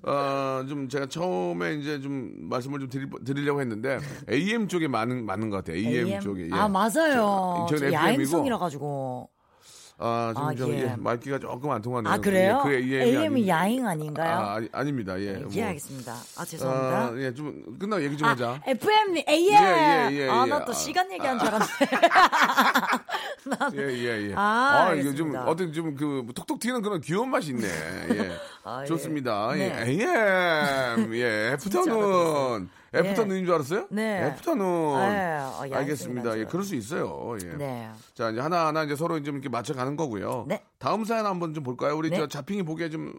[SPEAKER 1] 어, 좀 제가 처음에 이제 좀 말씀을 좀 드리, 드리려고 했는데, AM 쪽에 많은, 맞는 것 같아요. AM, 쪽에. 예.
[SPEAKER 6] 아 맞아요.
[SPEAKER 1] 저- 저는
[SPEAKER 6] 저 야행성이라
[SPEAKER 1] FM이고.
[SPEAKER 6] 가지고.
[SPEAKER 1] 아, 좀,
[SPEAKER 6] 아,
[SPEAKER 1] 좀,
[SPEAKER 6] 예.
[SPEAKER 1] 예, 말귀가 조금 안 통하네요.
[SPEAKER 6] 아 그래요?
[SPEAKER 1] 예, 그 AM이.
[SPEAKER 6] AM은 야행 아닌가요?
[SPEAKER 1] 아, 아니, 아닙니다. 예. 뭐,
[SPEAKER 6] 예 알겠습니다. 아 죄송합니다.
[SPEAKER 1] 아, 예, 좀, 끝나고 얘기 좀
[SPEAKER 6] 아,
[SPEAKER 1] 하자.
[SPEAKER 6] FM 님, AM.
[SPEAKER 1] 예, 예, 예,
[SPEAKER 6] 아,
[SPEAKER 1] 예.
[SPEAKER 6] 나 또
[SPEAKER 1] 아,
[SPEAKER 6] 시간 얘기한 줄 알았는데.
[SPEAKER 1] 예, 예, 예.
[SPEAKER 6] 아,
[SPEAKER 1] 이거 좀,
[SPEAKER 6] 알겠습니다.
[SPEAKER 1] 어떤 좀 그, 톡톡 튀는 그런 귀여운 맛이 있네. 예.
[SPEAKER 6] 아, 예.
[SPEAKER 1] 좋습니다. 예.
[SPEAKER 6] 네.
[SPEAKER 1] AM. 예. 애프터눈.
[SPEAKER 6] 예.
[SPEAKER 1] 애프터눈인 줄 알았어요?
[SPEAKER 6] 네.
[SPEAKER 1] 애프터눈.
[SPEAKER 6] 예, 어, 야행성이라는
[SPEAKER 1] 알겠습니다. 예,
[SPEAKER 6] 줄.
[SPEAKER 1] 그럴 수 있어요. 예.
[SPEAKER 6] 네.
[SPEAKER 1] 자, 이제 하나하나 이제 서로 좀 이렇게 맞춰가는 거고요.
[SPEAKER 6] 네.
[SPEAKER 1] 다음 사연 한번 좀 볼까요? 우리
[SPEAKER 6] 네.
[SPEAKER 1] 저 자핑이 보기에 좀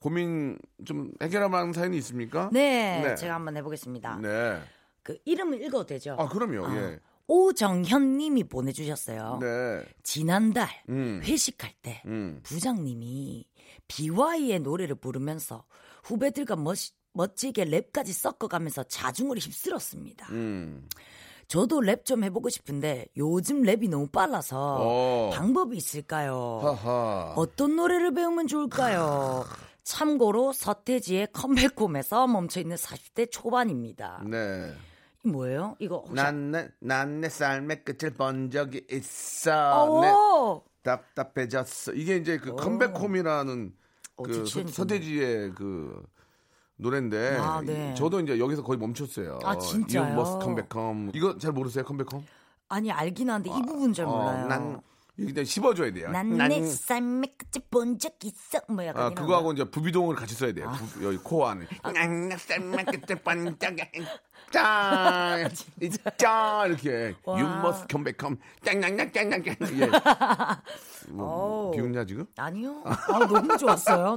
[SPEAKER 1] 고민 좀 해결할 만한 사연이 있습니까?
[SPEAKER 6] 네,
[SPEAKER 1] 네.
[SPEAKER 6] 제가 한번 해보겠습니다.
[SPEAKER 1] 네.
[SPEAKER 6] 그 이름을 읽어도 되죠?
[SPEAKER 1] 아, 그럼요.
[SPEAKER 6] 아,
[SPEAKER 1] 예.
[SPEAKER 6] 오정현님이 보내주셨어요.
[SPEAKER 1] 네.
[SPEAKER 6] 지난달
[SPEAKER 1] 음.
[SPEAKER 6] 아. 회식할 때
[SPEAKER 1] 음.
[SPEAKER 6] 부장님이 BY의 노래를 부르면서 후배들과 멋, 멋지게 랩까지 섞어가면서 자중을 휩쓸었습니다.
[SPEAKER 1] 음.
[SPEAKER 6] 저도 랩 좀 해보고 싶은데 요즘 랩이 너무 빨라서
[SPEAKER 1] 어.
[SPEAKER 6] 방법이 있을까요?
[SPEAKER 1] 하하.
[SPEAKER 6] 어떤 노래를 배우면 좋을까요? 참고로 서태지의 컴백홈에서 멈춰있는 40대 초반입니다.
[SPEAKER 1] 네.
[SPEAKER 6] 이 뭐예요? 이거 혹시
[SPEAKER 1] 난난내 삶의 끝을 본 적이 있어. 내
[SPEAKER 6] 오!
[SPEAKER 1] 답답해졌어. 이게 이제 그 컴백홈이라는
[SPEAKER 6] 어,
[SPEAKER 1] 그
[SPEAKER 6] 지치는
[SPEAKER 1] 서, 태지의그 노래인데
[SPEAKER 6] 아, 네.
[SPEAKER 1] 저도 이제 여기서 거의 멈췄어요.
[SPEAKER 6] 아, 진짜요?
[SPEAKER 1] You must come back home. 이거 잘 모르세요? 컴백홈?
[SPEAKER 6] 아니 알긴 한데 이 부분 잘
[SPEAKER 1] 어,
[SPEAKER 6] 몰라요.
[SPEAKER 1] 난 일단 씹어줘야 돼요.
[SPEAKER 6] 난내 삶에 끝이 본 적 있어. 뭐 약간
[SPEAKER 1] 아,
[SPEAKER 6] 이런
[SPEAKER 1] 그거하고 이제 부비동을 같이 써야
[SPEAKER 6] 아.
[SPEAKER 1] 돼요. 부- 여기 코 안에. 짱! 짱! 이렇게.
[SPEAKER 6] 와.
[SPEAKER 1] You must come back home. 짱짱짱짱짱. 예. 뭐,
[SPEAKER 6] 어우.
[SPEAKER 1] 비웃냐, 지금?
[SPEAKER 6] 아니요. 아, 너무 좋았어요.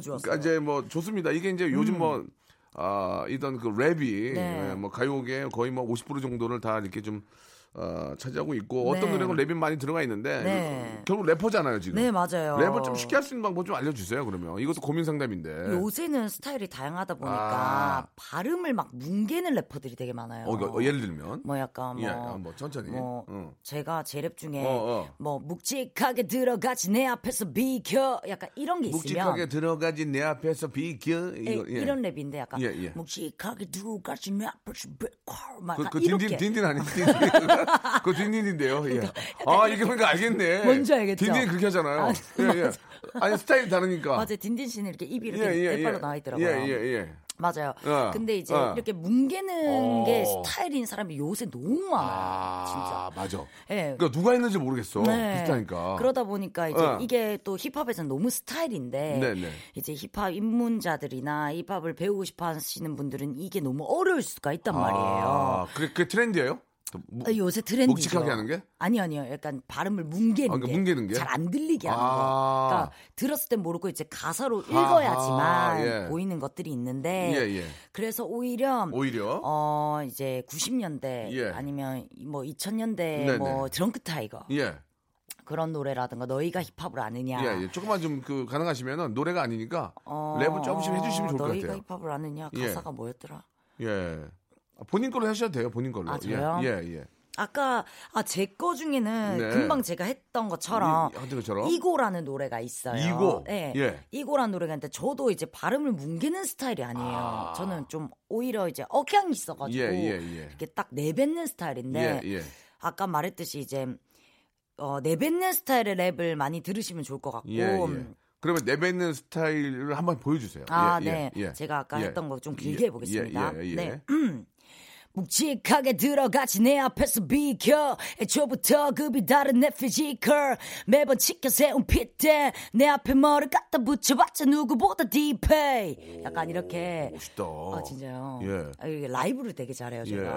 [SPEAKER 1] 그러니까
[SPEAKER 6] 좋았어요.
[SPEAKER 1] 이제 뭐 좋습니다. 이게 이제 요즘 뭐 아, 이던 그 랩이
[SPEAKER 6] 음. 네.
[SPEAKER 1] 예, 뭐 가요계 거의 뭐 50% 정도를 다 이렇게 좀 어, 차지하고 있고 어떤
[SPEAKER 6] 네.
[SPEAKER 1] 노래는 랩이 많이 들어가 있는데
[SPEAKER 6] 네.
[SPEAKER 1] 결국 래퍼잖아요 지금.
[SPEAKER 6] 네, 맞아요.
[SPEAKER 1] 랩을 좀 쉽게 할 수 있는 방법 좀 알려주세요. 그러면 이것도 고민 상담인데.
[SPEAKER 6] 요새는 스타일이 다양하다
[SPEAKER 1] 아.
[SPEAKER 6] 보니까 발음을 막 뭉개는 래퍼들이 되게 많아요.
[SPEAKER 1] 어, 어, 예를 들면
[SPEAKER 6] 뭐 약간 뭐,
[SPEAKER 1] 예, 아, 뭐 천천히.
[SPEAKER 6] 뭐
[SPEAKER 1] 응.
[SPEAKER 6] 제가 제 랩 중에
[SPEAKER 1] 어, 어.
[SPEAKER 6] 뭐 묵직하게 들어가지 내 앞에서 비켜 약간 이런 게 있으면
[SPEAKER 1] 묵직하게 들어가지 내 앞에서 비켜
[SPEAKER 6] 예,
[SPEAKER 1] 이거, 예.
[SPEAKER 6] 이런 랩인데 약간
[SPEAKER 1] 예, 예.
[SPEAKER 6] 묵직하게 들어가지 내 앞에서 비켜 막
[SPEAKER 1] 그,
[SPEAKER 6] 약간
[SPEAKER 1] 그
[SPEAKER 6] 아, 이렇게 그러니까
[SPEAKER 1] 딘딘 딘딘 아니 딘딘 그 딘딘인데요. 예. 아 이렇게 보니까 알겠네.
[SPEAKER 6] 뭔지 알겠죠?
[SPEAKER 1] 딘딘 그렇게 하잖아요.
[SPEAKER 6] 아,
[SPEAKER 1] 예, 예. 아니 스타일이 다르니까.
[SPEAKER 6] 맞아요 딘딘 씨는 이렇게 입이 이렇게 대팔로 나와 있더라고요.
[SPEAKER 1] 예, 예, 예.
[SPEAKER 6] 맞아요.
[SPEAKER 1] 어,
[SPEAKER 6] 근데 이제
[SPEAKER 1] 어.
[SPEAKER 6] 이렇게 뭉개는
[SPEAKER 1] 어.
[SPEAKER 6] 게 스타일인 사람이 요새 너무 많아요. 진짜.
[SPEAKER 1] 아, 맞아.
[SPEAKER 6] 예.
[SPEAKER 1] 그러니까 누가 했는지 모르겠어. 비슷하니까.
[SPEAKER 6] 네. 그러다 보니까 이제
[SPEAKER 1] 어.
[SPEAKER 6] 이게 또 힙합에서는 너무 스타일인데
[SPEAKER 1] 네네.
[SPEAKER 6] 이제 힙합 입문자들이나 힙합을 배우고 싶어 하시는 분들은 이게 너무 어려울 수가 있단 말이에요.
[SPEAKER 1] 아, 그게, 그게 트렌디예요? 또 무-
[SPEAKER 6] 어, 요새 트렌디죠.
[SPEAKER 1] 묵직하게 하는 게?
[SPEAKER 6] 아니 아니요. 약간 발음을 뭉개는
[SPEAKER 1] 아, 그러니까 뭉개는 게?
[SPEAKER 6] 잘 안 들리게 하는
[SPEAKER 1] 아.
[SPEAKER 6] 거. 그러니까 들었을 땐 모르고 이제 가사로
[SPEAKER 1] 아하,
[SPEAKER 6] 읽어야지만
[SPEAKER 1] 예.
[SPEAKER 6] 보이는 것들이 있는데
[SPEAKER 1] 예, 예.
[SPEAKER 6] 그래서 오히려
[SPEAKER 1] 오히려
[SPEAKER 6] 네. 어 이제 90년대
[SPEAKER 1] 예.
[SPEAKER 6] 아니면 뭐
[SPEAKER 1] 네네.
[SPEAKER 6] 2000년대 뭐 드렁크 타이거
[SPEAKER 1] 예.
[SPEAKER 6] 그런 노래라든가 너희가 힙합을 아느냐
[SPEAKER 1] 예, 예. 조금만 좀 그 가능하시면은 노래가 아니니까 랩을 조금씩 해주시면 좋을 것
[SPEAKER 6] 어, 너희가
[SPEAKER 1] 같아요.
[SPEAKER 6] 힙합을 아느냐
[SPEAKER 1] 예.
[SPEAKER 6] 가사가 뭐였더라?
[SPEAKER 1] 예. 본인 걸로 하셔도 돼요. 본인 걸로.
[SPEAKER 6] 아, 저요?
[SPEAKER 1] 예, 예. 예.
[SPEAKER 6] 아까 아 제 거 중에는
[SPEAKER 1] 네.
[SPEAKER 6] 금방 제가 했던 것처럼
[SPEAKER 1] 이- 하던 것처럼?
[SPEAKER 6] 이고라는 노래가 있어요.
[SPEAKER 1] 이고?
[SPEAKER 6] 예.
[SPEAKER 1] 예.
[SPEAKER 6] 이고라는 노래가 있는데 저도 이제 발음을 뭉개는 스타일이 아니에요. 저는 좀 오히려 이제 억양이 있어가지고
[SPEAKER 1] 예, 예, 예.
[SPEAKER 6] 이렇게 딱 내뱉는 스타일인데
[SPEAKER 1] 예, 예.
[SPEAKER 6] 아까 말했듯이 이제 어, 내뱉는 스타일의 랩을 많이 들으시면 좋을 것 같고
[SPEAKER 1] 예, 예. 그러면 내뱉는 스타일을 한번 보여주세요.
[SPEAKER 6] 아,
[SPEAKER 1] 예,
[SPEAKER 6] 네.
[SPEAKER 1] 예, 예.
[SPEAKER 6] 제가 아까
[SPEAKER 1] 예.
[SPEAKER 6] 했던 거 좀
[SPEAKER 1] 예,
[SPEAKER 6] 길게 해보겠습니다.
[SPEAKER 1] 예, 예, 예.
[SPEAKER 6] 네. 묵직하게 들어가지 내 앞에서 비켜 애초부터 급이 다른 내 피지컬 매번 치켜세운 핏대 내 앞에 머리 갖다 붙여봤자 누구보다 딥해 약간 이렇게
[SPEAKER 1] 멋있다.
[SPEAKER 6] 아 진짜요?
[SPEAKER 1] 예.
[SPEAKER 6] 아, 이게 라이브를 되게 잘해요 제가
[SPEAKER 1] 예.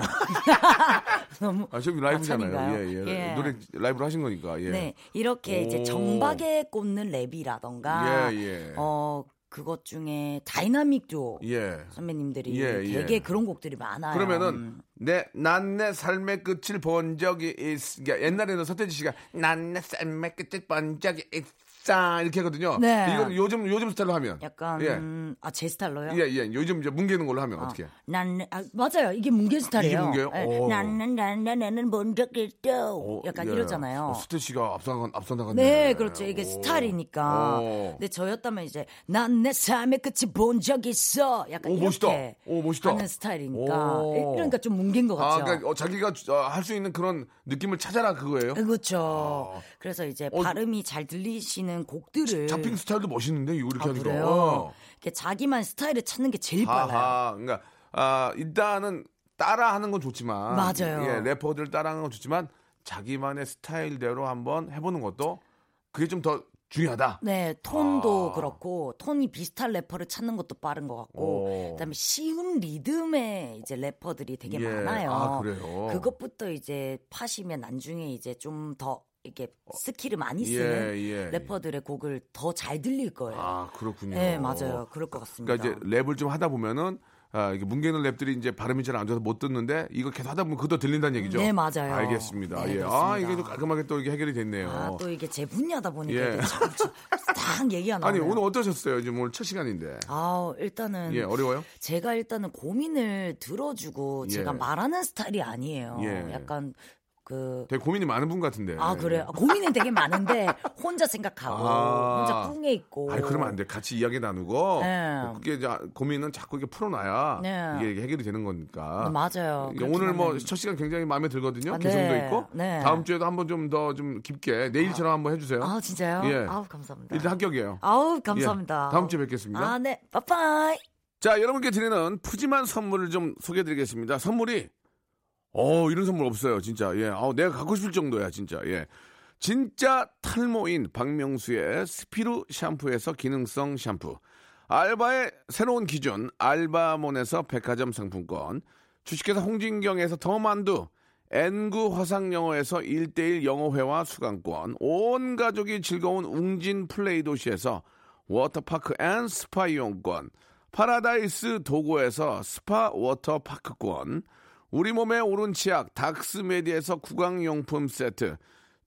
[SPEAKER 6] 너무
[SPEAKER 1] 아, 지금
[SPEAKER 6] 아참인가요?
[SPEAKER 1] 라이브잖아요. 예, 예.
[SPEAKER 6] 예.
[SPEAKER 1] 노래 라이브로 하신 거니까. 예.
[SPEAKER 6] 네, 이렇게 이제
[SPEAKER 1] 오.
[SPEAKER 6] 정박에 꽂는 랩이라던가
[SPEAKER 1] 예, 예.
[SPEAKER 6] 어 그것 중에 다이나믹 듀오
[SPEAKER 1] 예.
[SPEAKER 6] 선배님들이
[SPEAKER 1] 예, 예.
[SPEAKER 6] 되게 그런 곡들이 많아요.
[SPEAKER 1] 그러면은
[SPEAKER 6] 음.
[SPEAKER 1] 내 난 내 삶의 끝을 본 적이 있어. 그러니까 옛날에는 서태지 씨가 난 내 삶의 끝을 본 적이 있어 이렇게 하거든요.
[SPEAKER 6] 네.
[SPEAKER 1] 이건 요즘 요즘 스타일로 하면
[SPEAKER 6] 약간
[SPEAKER 1] 예.
[SPEAKER 6] 아 제 스타일로요?
[SPEAKER 1] 예, 예. 요즘 이제 뭉개는 걸로 하면
[SPEAKER 6] 아,
[SPEAKER 1] 어떻게?
[SPEAKER 6] 난 아, 맞아요. 이게 뭉개 스타일이에요. 예.
[SPEAKER 1] 이게 뭉개요? 오.
[SPEAKER 6] 난난난난난은 본적 있어. 약간 이러잖아요.
[SPEAKER 1] 예. 서태지 씨가 앞서간 앞서 나갔네.
[SPEAKER 6] 네, 그렇죠. 이게
[SPEAKER 1] 오.
[SPEAKER 6] 스타일이니까.
[SPEAKER 1] 오.
[SPEAKER 6] 근데 저였다면 이제 난 내 삶의 끝이 본 적 있어. 약간
[SPEAKER 1] 오,
[SPEAKER 6] 이렇게
[SPEAKER 1] 멋있다. 오, 멋있다.
[SPEAKER 6] 하는 스타일이니까.
[SPEAKER 1] 오.
[SPEAKER 6] 그러니까 좀 뭉갠 것 같죠.
[SPEAKER 1] 아, 그러니까 어, 자기가 할 수 있는 그런 느낌을 찾아라 그거예요.
[SPEAKER 6] 그렇죠. 그래서 이제
[SPEAKER 1] 어,
[SPEAKER 6] 발음이 잘 들리시는 곡들을
[SPEAKER 1] 잡핑 스타일도 멋있는데 이거 이렇게
[SPEAKER 6] 아,
[SPEAKER 1] 하니까.
[SPEAKER 6] 그래요.
[SPEAKER 1] 어.
[SPEAKER 6] 이렇게 자기만 스타일을 찾는 게 제일 빨라요.
[SPEAKER 1] 아하, 그러니까 아, 일단은 따라하는 건 좋지만
[SPEAKER 6] 맞아요.
[SPEAKER 1] 예, 래퍼들 따라하는 건 좋지만 자기만의 스타일대로 한번 해보는 것도 그게 좀 더 중요하다.
[SPEAKER 6] 네,
[SPEAKER 1] 아.
[SPEAKER 6] 톤도 그렇고 톤이 비슷한 래퍼를 찾는 것도 빠른 것 같고
[SPEAKER 1] 오.
[SPEAKER 6] 그다음에 쉬운 리듬의 이제 래퍼들이 되게
[SPEAKER 1] 예,
[SPEAKER 6] 많아요.
[SPEAKER 1] 아, 그래요?
[SPEAKER 6] 것부터 이제 파시면 나중에 이제 좀 더 이렇게 스킬을 많이
[SPEAKER 1] 예,
[SPEAKER 6] 쓰는
[SPEAKER 1] 예,
[SPEAKER 6] 래퍼들의 곡을 더 잘 들릴 거예요.
[SPEAKER 1] 아 그렇군요.
[SPEAKER 6] 네, 맞아요. 그럴 것 같습니다.
[SPEAKER 1] 그러니까 이제 랩을 좀 하다 보면은 아, 이게 뭉개는 랩들이 이제 발음이 잘 안 좋아서 못 듣는데 이거 계속 하다 보면 그것도 들린다는 얘기죠.
[SPEAKER 6] 네, 맞아요.
[SPEAKER 1] 알겠습니다.
[SPEAKER 6] 네,
[SPEAKER 1] 예.
[SPEAKER 6] 그렇습니다.
[SPEAKER 1] 아, 이게 또 깔끔하게 또 이게 해결이 됐네요.
[SPEAKER 6] 아, 또 이게 제 분야다 보니까
[SPEAKER 1] 어. 예.
[SPEAKER 6] 이게 참, 참, 딱 얘기가 나오네요.
[SPEAKER 1] 아니, 오늘 어떠셨어요? 지금 오늘 첫 시간인데.
[SPEAKER 6] 아, 일단은
[SPEAKER 1] 예, 어려워요?
[SPEAKER 6] 제가 일단은 고민을 들어주고
[SPEAKER 1] 예.
[SPEAKER 6] 제가 말하는 스타일이 아니에요.
[SPEAKER 1] 예.
[SPEAKER 6] 약간 그
[SPEAKER 1] 되게 고민이 많은 분 같은데.
[SPEAKER 6] 아, 그래요? 고민은 되게 많은데, 혼자 생각하고,
[SPEAKER 1] 아.
[SPEAKER 6] 혼자 뿡에 있고.
[SPEAKER 1] 아니 그러면 안 돼. 같이 이야기 나누고
[SPEAKER 6] 네.
[SPEAKER 1] 그게 이제 고민은 자꾸 이게 풀어놔야
[SPEAKER 6] 네.
[SPEAKER 1] 이게 해결이 되는 거니까.
[SPEAKER 6] 네, 맞아요.
[SPEAKER 1] 그러니까
[SPEAKER 6] 그렇긴
[SPEAKER 1] 오늘 뭐
[SPEAKER 6] 하네요.
[SPEAKER 1] 첫 시간 굉장히 마음에 들거든요.
[SPEAKER 6] 아,
[SPEAKER 1] 개성도
[SPEAKER 6] 네.
[SPEAKER 1] 있고
[SPEAKER 6] 네.
[SPEAKER 1] 다음 주에도 한번 좀 더 좀 깊게 내일처럼 한번 해주세요.
[SPEAKER 6] 아, 진짜요?
[SPEAKER 1] 예.
[SPEAKER 6] 아우, 감사합니다.
[SPEAKER 1] 일단 합격이에요.
[SPEAKER 6] 아우, 감사합니다.
[SPEAKER 1] 예, 다음 주에 뵙겠습니다.
[SPEAKER 6] 아, 네. 빠빠이.
[SPEAKER 1] 자 여러분께 드리는 푸짐한 선물을 좀 소개드리겠습니다. 해 선물이 어 이런 선물 없어요 진짜. 예, 아우 내가 갖고 싶을 정도야 진짜. 예. 진짜 탈모인 박명수의 스피루 샴푸에서 기능성 샴푸. 알바의 새로운 기준 알바몬에서 백화점 상품권. 주식회사 홍진경에서 더만두. N구 화상영어에서 1대1 영어회화 수강권. 온 가족이 즐거운 웅진 플레이 도시에서 워터파크 앤 스파 이용권. 파라다이스 도고에서 스파 워터파크권. 우리 몸의 오른 치약 닥스메디에서 구강용품 세트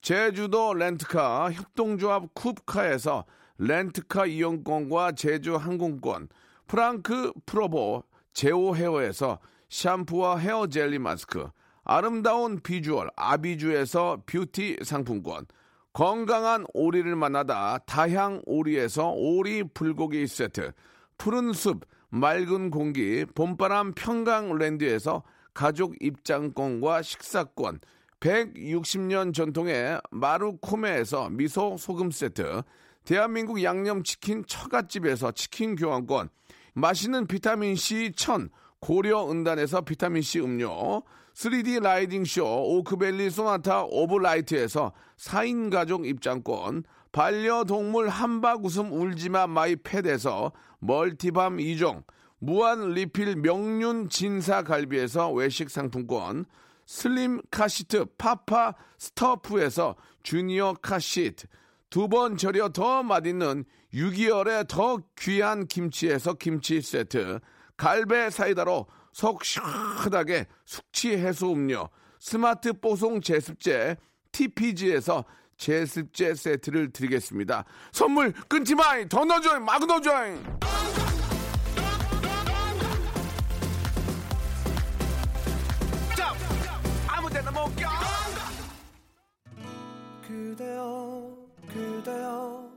[SPEAKER 1] 제주도 렌트카 협동조합 쿱카에서 렌트카 이용권과 제주 항공권 프랑크 프로보 제오 헤어에서 샴푸와 헤어 젤리 마스크 아름다운 비주얼 아비주에서 뷰티 상품권 건강한 오리를 만나다 다향 오리에서 오리 불고기 세트 푸른 숲 맑은 공기 봄바람 평강랜드에서 가족 입장권과 식사권 160년 전통의 마루코메에서 미소 소금 세트 대한민국 양념치킨 처갓집에서 치킨 교환권 맛있는 비타민C 천 고려은단에서 비타민C 음료 3D 라이딩쇼 오크밸리 소나타 오브라이트에서 4인 가족 입장권 반려동물 한박 웃음 울지마 마이 팻에서 멀티밤 2종 무한 리필 명륜 진사 갈비에서 외식 상품권, 슬림 카시트 파파 스터프에서 주니어 카시트, 두 번 절여 더 맛있는 6개월의 더 귀한 김치에서 김치 세트, 갈배 사이다로 속 시원하게 숙취 해소 음료, 스마트 뽀송 제습제 TPG에서 제습제 세트를 드리겠습니다. 선물 끊지 마이! 더 넣어줘잉! 마구 넣어줘잉!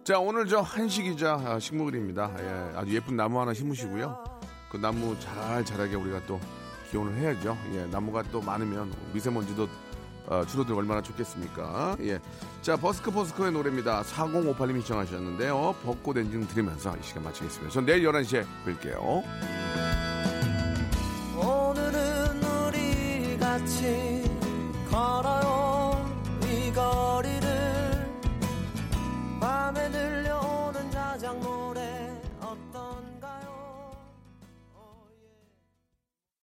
[SPEAKER 1] 자 오늘 저 한식이자 아, 식물입니다. 예, 아주 예쁜 나무 하나 심으시고요. 그 나무 잘 자라게 우리가 또 기원을 해야죠. 예, 나무가 또 많으면 미세먼지도 어, 줄어들 얼마나 좋겠습니까? 예, 자 버스크 버스크의 노래입니다. 4058님이 시청하셨는데요. 벚꽃 엔딩 들으면서 이 시간 마치겠습니다. 전 내일 11시에 뵐게요.
[SPEAKER 8] 오늘은 우리 같이